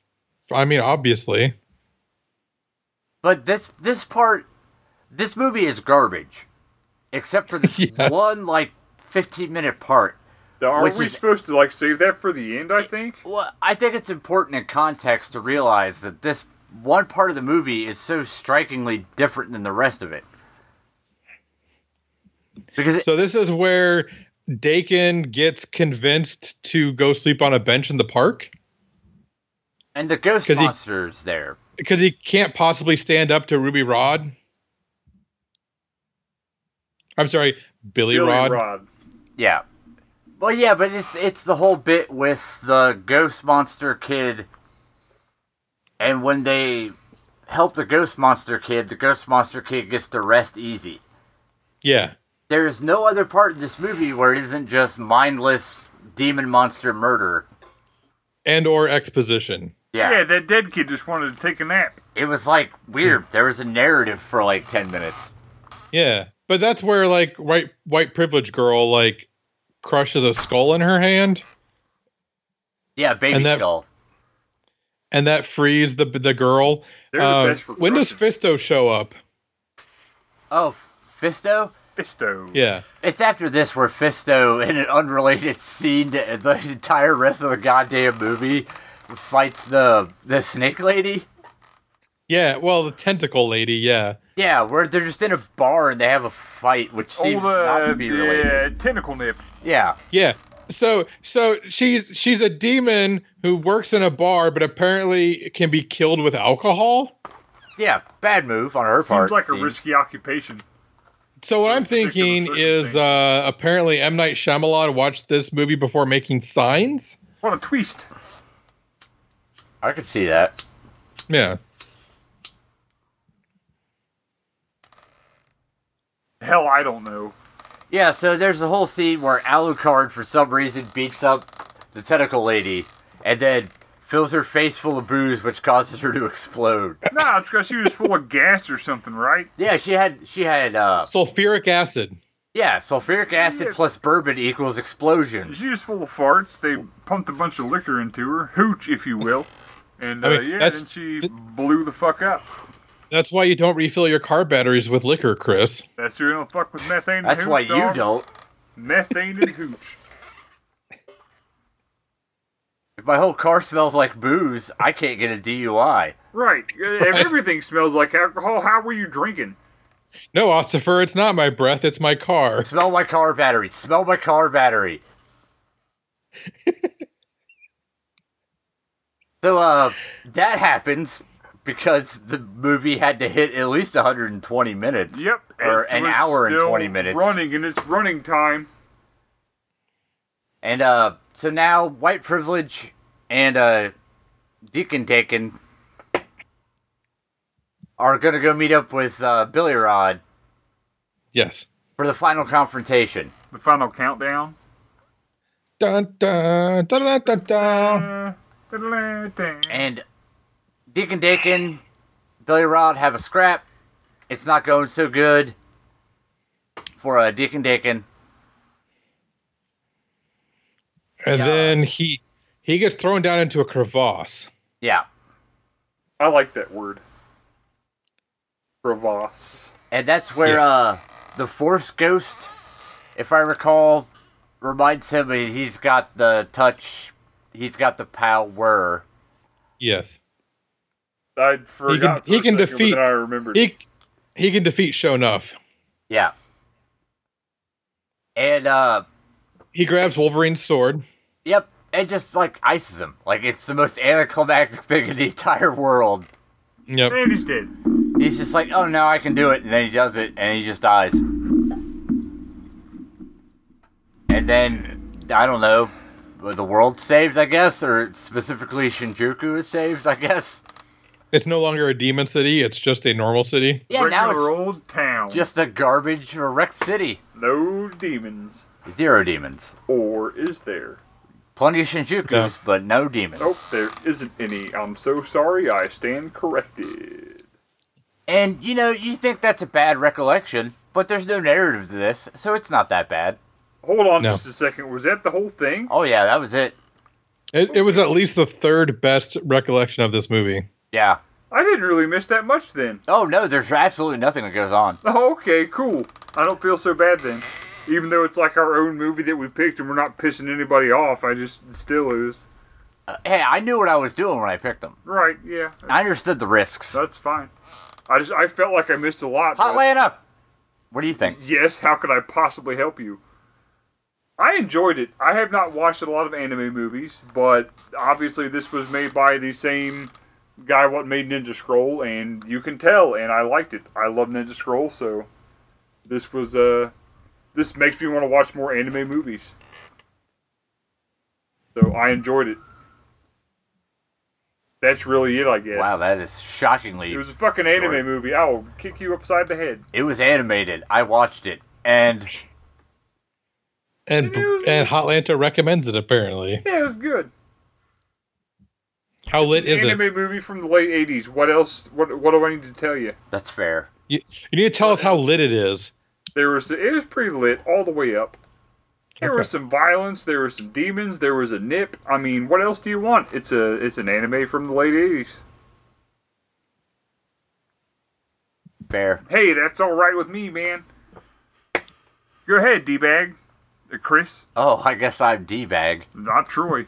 Speaker 3: I mean, obviously.
Speaker 1: But this this part this movie is garbage. Except for this
Speaker 3: <laughs> Yeah.
Speaker 1: one like 15 minute part.
Speaker 2: Now, are
Speaker 1: Which
Speaker 2: we
Speaker 1: is-
Speaker 2: supposed to like save that for the end? I think.
Speaker 1: Well, I think it's important in context to realize that this one part of the movie is so strikingly different than the rest of it. Because it,
Speaker 3: So this is where Dakin gets convinced to go sleep on a bench in the park
Speaker 1: and the ghost
Speaker 3: 'cause he-
Speaker 1: monster's there.
Speaker 3: because he can't possibly stand up to Ruby Rod. I'm sorry, Billy,
Speaker 2: Billy
Speaker 3: Rod.
Speaker 1: Yeah. Well, yeah, but it's it's the whole bit with the ghost monster kid, and when they help the ghost monster kid, the ghost monster kid gets to rest easy.
Speaker 3: Yeah.
Speaker 1: There is no other part of this movie where it isn't just mindless demon monster murder.
Speaker 3: And or exposition.
Speaker 1: Yeah,
Speaker 2: Yeah. that dead kid just wanted to take a nap.
Speaker 1: it was like weird. There was a narrative for like ten minutes.
Speaker 3: Yeah, but that's where like white white privilege girl like crushes a skull in her hand,
Speaker 1: Yeah, baby
Speaker 3: And that-
Speaker 1: skull.
Speaker 3: and that frees the the girl.
Speaker 2: They're
Speaker 3: Uh,
Speaker 2: the best for
Speaker 3: when does
Speaker 2: crushing.
Speaker 3: Fisto show up?
Speaker 1: Oh, Fisto.
Speaker 2: Fisto?
Speaker 3: Yeah,
Speaker 1: It's after this where Fisto, in an unrelated scene to the entire rest of the goddamn movie, fights the the snake lady.
Speaker 3: yeah. Well, the tentacle lady. Yeah,
Speaker 1: Yeah, where they're just in a bar and they have a fight, which seems
Speaker 2: Old, uh,
Speaker 1: not to be
Speaker 2: yeah,
Speaker 1: related.
Speaker 2: tentacle nip.
Speaker 1: Yeah,
Speaker 3: yeah. So so she's she's a demon who works in a bar, but apparently can be killed with alcohol.
Speaker 1: yeah, bad move on her part.
Speaker 2: Seems like a
Speaker 1: seems.
Speaker 2: risky occupation.
Speaker 3: So what I'm
Speaker 2: Particular
Speaker 3: thinking is uh, apparently M Night Shyamalan watched this movie before making Signs.
Speaker 2: What a twist!
Speaker 1: I could see that.
Speaker 3: Yeah.
Speaker 2: Hell, I don't know.
Speaker 1: Yeah, so there's a whole scene where Alucard, for some reason, beats up the tentacle lady and then fills her face full of booze, which causes her to explode.
Speaker 2: Nah, it's because she was full of gas or something, right?
Speaker 1: Yeah, she had, she had, uh,
Speaker 3: Sulfuric acid.
Speaker 1: yeah, sulfuric acid plus bourbon equals explosions.
Speaker 2: She was full of farts. They pumped a bunch of liquor into her, hooch, if you will. And uh,
Speaker 3: I mean,
Speaker 2: yeah,
Speaker 3: that's-
Speaker 2: and she blew the fuck up.
Speaker 3: That's why you don't refill your car batteries with liquor, Chris.
Speaker 2: That's who don't fuck with methane. and
Speaker 1: That's
Speaker 2: hooch,
Speaker 1: why you
Speaker 2: dog.
Speaker 1: don't.
Speaker 2: Methane and hooch.
Speaker 1: If my whole car smells like booze, I can't get a DUI.
Speaker 2: Right.
Speaker 1: <laughs>
Speaker 2: If everything smells like alcohol, how were you drinking?
Speaker 3: No, Ossifer, it's not my breath, it's my car.
Speaker 1: Smell my car battery. Smell my car
Speaker 2: <laughs>
Speaker 1: battery. so uh that happens because the movie had to hit at least 120 minutes.
Speaker 2: Yep.
Speaker 1: Or
Speaker 2: it's-
Speaker 1: an
Speaker 2: was
Speaker 1: hour and
Speaker 2: still
Speaker 1: 20 minutes.
Speaker 2: Running and it's running time.
Speaker 1: And uh so now white privilege and uh Deacon Dakin are gonna go meet up with uh Billy Rod
Speaker 3: Yes.
Speaker 1: for the final confrontation.
Speaker 2: The final countdown.
Speaker 3: Dun, dun, dun, dun, dun, dun.
Speaker 2: Uh, da-da-da-da.
Speaker 1: And Deacon Dakin, Billy Rod have a scrap. It's not going so good for uh, Deacon Dakin.
Speaker 3: And
Speaker 1: Yeah.
Speaker 3: then he he gets thrown down into a crevasse.
Speaker 1: Yeah.
Speaker 2: I like that word. Crevasse.
Speaker 1: And that's where
Speaker 3: Yes.
Speaker 1: uh, the Force Ghost, if I recall, reminds him that he's got the touch, he's got the power.
Speaker 3: Yes.
Speaker 2: I forgot.
Speaker 3: he
Speaker 2: for a second,
Speaker 3: can
Speaker 2: but
Speaker 3: defeat-
Speaker 2: then I remembered.
Speaker 3: He he can defeat Shonuff.
Speaker 1: Yeah. And, uh,
Speaker 3: He grabs Wolverine's sword.
Speaker 1: yep, it just, like, ices him. Like, it's the most anticlimactic thing in the entire world.
Speaker 3: Yep.
Speaker 2: and he's dead.
Speaker 1: He's just like, oh no, I can do it, and then he does it, and he just dies. And then I don't know, was the world's saved, I guess, or specifically Shinjuku is saved, I guess.
Speaker 3: It's no longer a demon city, it's just a normal city.
Speaker 1: Yeah, now
Speaker 2: Regular
Speaker 1: it's
Speaker 2: old town.
Speaker 1: just a garbage wrecked city.
Speaker 2: no demons.
Speaker 1: Zero demons.
Speaker 2: Or is there?
Speaker 1: Plenty of Shinjukus,
Speaker 3: Yeah.
Speaker 1: but no demons.
Speaker 2: Nope, there isn't any. I'm so sorry. I stand corrected.
Speaker 1: And you know, you think that's a bad recollection, but there's no narrative to this, so it's not that bad.
Speaker 2: Hold on
Speaker 3: No.
Speaker 2: just a second. Was that the whole thing?
Speaker 1: Oh yeah, that was it.
Speaker 3: It, it was at least the third best recollection of this movie.
Speaker 1: Yeah.
Speaker 2: I didn't really miss that much then. <laughs>
Speaker 1: Oh no, there's absolutely nothing that goes on.
Speaker 2: Oh, okay, cool. I don't feel so bad then. Even though it's like our own movie that we picked and we're not pissing anybody off, I just it still is.
Speaker 1: Hey, I knew what I was doing when I picked them.
Speaker 2: Right, yeah.
Speaker 1: I understood the risks.
Speaker 2: That's fine. I just I felt like I missed a lot.
Speaker 1: Hot
Speaker 2: but-
Speaker 1: Lana! What do you think?
Speaker 2: Yes, how could I possibly help you? I enjoyed it. I have not watched a lot of anime movies, but obviously this was made by the same guy what made Ninja Scroll, and you can tell, and I liked it. I love Ninja Scroll, so this was uh this makes me want to watch more anime movies. So I enjoyed it. That's really it, I guess.
Speaker 1: Wow, that is shockingly.
Speaker 2: It was a fucking anime
Speaker 1: Sure.
Speaker 2: movie. I will kick you upside the head.
Speaker 1: animated. I watched it. And
Speaker 3: And and Hotlanta recommends it apparently.
Speaker 2: Yeah, it was good.
Speaker 3: How lit is it?
Speaker 2: anime movie from the late '80s. What else? What What do I need to tell you?
Speaker 1: that's fair.
Speaker 3: You, you need to tell us how lit it is.
Speaker 2: There was it was pretty lit all the way up. There
Speaker 3: Okay.
Speaker 2: was some violence. There was some demons. There was a nip. I mean, what else do you want? It's a it's an anime from the late '80s.
Speaker 1: Fair.
Speaker 2: Hey, that's all right with me, man. Go ahead, d bag, uh, Chris,
Speaker 1: Oh, I guess I'm D bag.
Speaker 2: not Troy.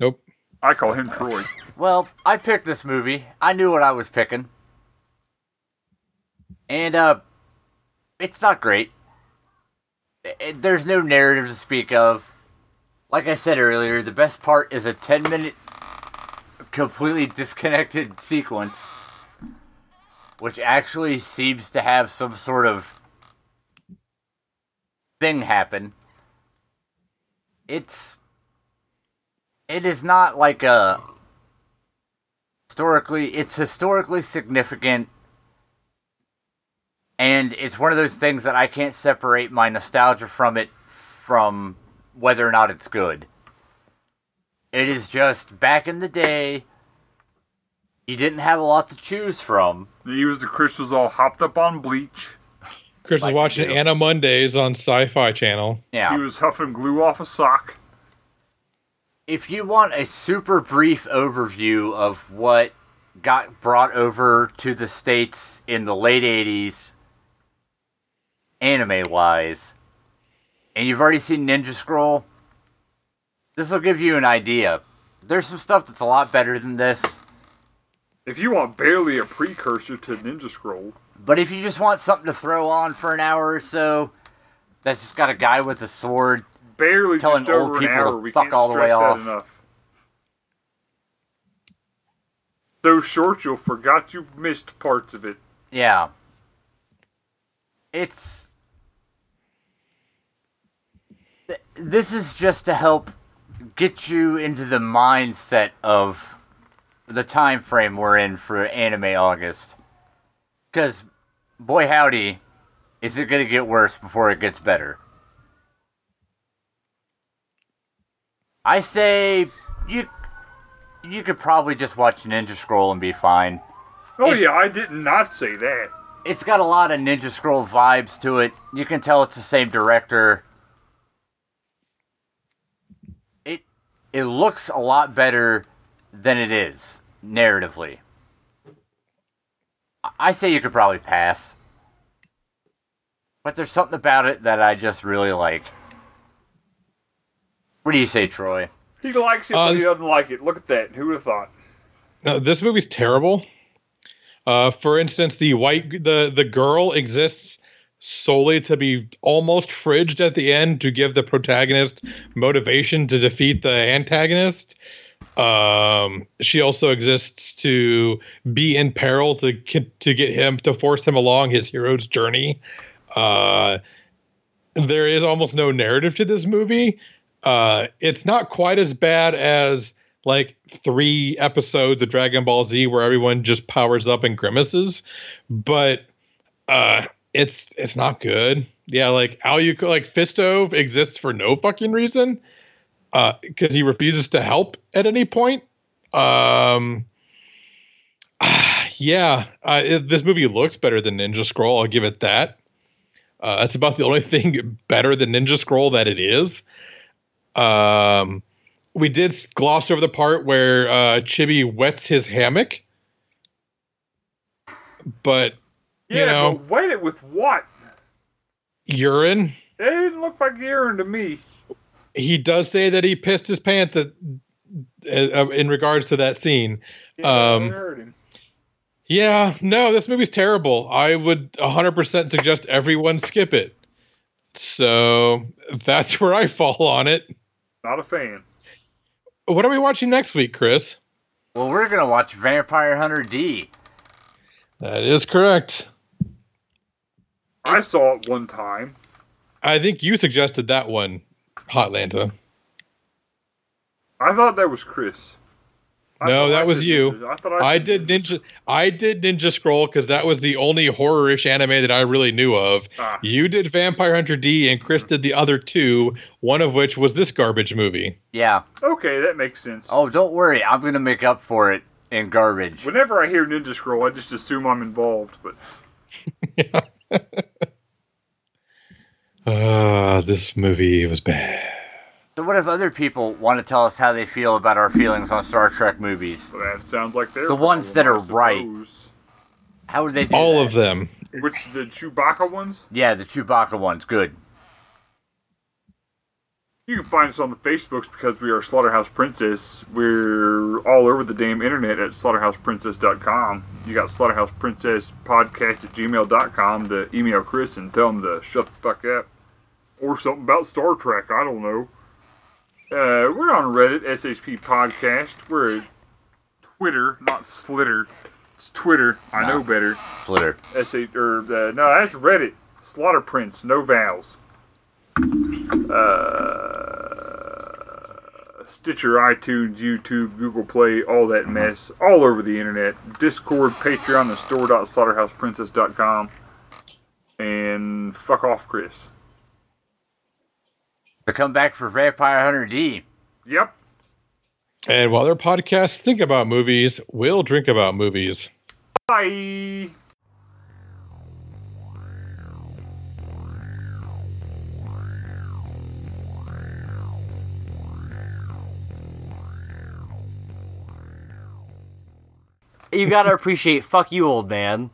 Speaker 3: Nope.
Speaker 2: I call him Troy.
Speaker 1: Well, I picked this movie. I knew what I was picking. And, uh, it's not great. Eh, There's no narrative to speak of. Like I said earlier, the best part is a 10 minute completely disconnected sequence, which actually seems to have some sort of thing happen. It's. It is not like a historically it's historically significant and it's one of those things that I can't separate my nostalgia from it from whether or not it's good. It is just back in the day, you didn't have a lot to choose from.
Speaker 2: He was the Chris was all hopped up on bleach.
Speaker 3: Chris
Speaker 1: Like
Speaker 3: was watching
Speaker 1: you.
Speaker 3: Anna Mondays on Sci-Fi Channel.
Speaker 1: Now,
Speaker 2: He was huffing glue off a sock.
Speaker 1: if you want a super brief overview of what got brought over to the states in the late 80s anime wise and you've already seen ninja scroll this will give you an idea there's some stuff that's a lot better than this
Speaker 2: If you want barely a precursor to Ninja Scroll,
Speaker 1: but if you just want something to throw on for an hour or so that's just got a guy with a sword
Speaker 2: barely
Speaker 1: Telling
Speaker 2: just
Speaker 1: old
Speaker 2: over an
Speaker 1: people to
Speaker 2: hour, we
Speaker 1: fuck
Speaker 2: can't
Speaker 1: all the
Speaker 2: stress
Speaker 1: way
Speaker 2: that
Speaker 1: off.
Speaker 2: enough. So short you forgot you missed parts of it.
Speaker 1: Yeah. It's. Th- This is just to help get you into the mindset of the time frame we're in for anime August. Because, boy howdy, is it going to get worse before it gets better? I say you you could probably just watch Ninja Scroll and be fine
Speaker 2: Oh
Speaker 1: If-
Speaker 2: yeah, I did not say that.
Speaker 1: it's got a lot of Ninja Scroll vibes to it. You can tell it's the same director. It it looks a lot better than it is narratively. I- I say you could probably pass. But there's something about it that I just really like. What do you say, Troy?
Speaker 2: He likes it,
Speaker 3: Uh,
Speaker 2: but he
Speaker 3: this-
Speaker 2: doesn't like it. Look at that. Who would have thought?
Speaker 3: No, this movie's terrible. Uh, for instance, the white the the girl exists solely to be almost fridged at the end to give the protagonist motivation to defeat the antagonist. Um, she also exists to be in peril to ki- to get him to force him along his hero's journey. Uh, there is almost no narrative to this movie. Uh, it's not quite as bad as like three episodes of Dragon Ball Z where everyone just powers up and grimaces, but uh it's it's not good. Yeah, like Al you like Fisto exists for no fucking reason. Uh because he refuses to help at any point. Um <sighs> yeah, uh, it- this movie looks better than Ninja Scroll. I'll give it that. Uh, that's about the only <laughs> thing better than Ninja Scroll that it is. Um, we did s- gloss over the part where uh, Chibi wets his hammock, but
Speaker 2: Yeah,
Speaker 3: You know-
Speaker 2: but wait it with what?
Speaker 3: urine.
Speaker 2: It didn't look like urine to me.
Speaker 3: He does say that he pissed his pants at, uh, in regards to that scene.
Speaker 2: It doesn't
Speaker 3: Um,
Speaker 2: hurt him.
Speaker 3: Yeah, no, this movie's terrible. I would 100% suggest everyone skip it. So that's <laughs> where I fall on it.
Speaker 2: Not a fan.
Speaker 3: What are we watching next week, Chris?
Speaker 1: Well, we're gonna watch Vampire Hunter D.
Speaker 3: That is correct.
Speaker 2: I saw it one time.
Speaker 3: I think you suggested that one, Hotlanta.
Speaker 2: I thought that was Chris. I
Speaker 3: No,
Speaker 2: thought
Speaker 3: that
Speaker 2: I
Speaker 3: was
Speaker 2: said
Speaker 3: you.
Speaker 2: Ninja. I thought
Speaker 3: I
Speaker 2: said
Speaker 3: did Ninja. I did Ninja Scroll because that was the only horror-ish anime that I really knew of.
Speaker 2: Ah.
Speaker 3: You did Vampire Hunter D, and Chris did the other two. One of which was this garbage movie.
Speaker 1: Yeah.
Speaker 2: Okay, that makes sense.
Speaker 1: Oh, don't worry. I'm going to make up for it in garbage.
Speaker 2: Whenever I hear Ninja Scroll, I just assume I'm involved. But
Speaker 3: Ah, this movie was bad.
Speaker 1: So, what if other people want to tell us how they feel about our feelings on Star Trek movies?
Speaker 2: that sounds like they're
Speaker 1: The ones that are right.
Speaker 2: suppose.
Speaker 1: How would they do
Speaker 3: All
Speaker 1: that?
Speaker 3: of them.
Speaker 2: Which the Chewbacca ones?
Speaker 1: Yeah, the Chewbacca one's good.
Speaker 2: You can find us on the Facebooks because we are Slaughterhouse Princess. We're all over the damn internet at slaughterhouseprincess.com. You got slaughterhouseprincesspodcast at gmail.com to email Chris and tell him to shut the fuck up. Or something about Star Trek, I don't know. Uh, we're on Reddit, SHP Podcast. We're at Twitter, not Slitter. It's Twitter. I know better.
Speaker 1: Slitter.
Speaker 2: SH, or, uh, no, that's Reddit. Slaughter Prince, no vowels. Uh, Stitcher, iTunes, YouTube, Google Play, all that mess, all over the internet. Discord, Patreon, and store.slaughterhouseprincess.com. and fuck off, Chris.
Speaker 1: To come back for Vampire Hunter D.
Speaker 2: Yep.
Speaker 3: And while their podcasts think about movies, we'll drink about movies.
Speaker 2: Bye.
Speaker 4: You gotta appreciate. Fuck you, old man.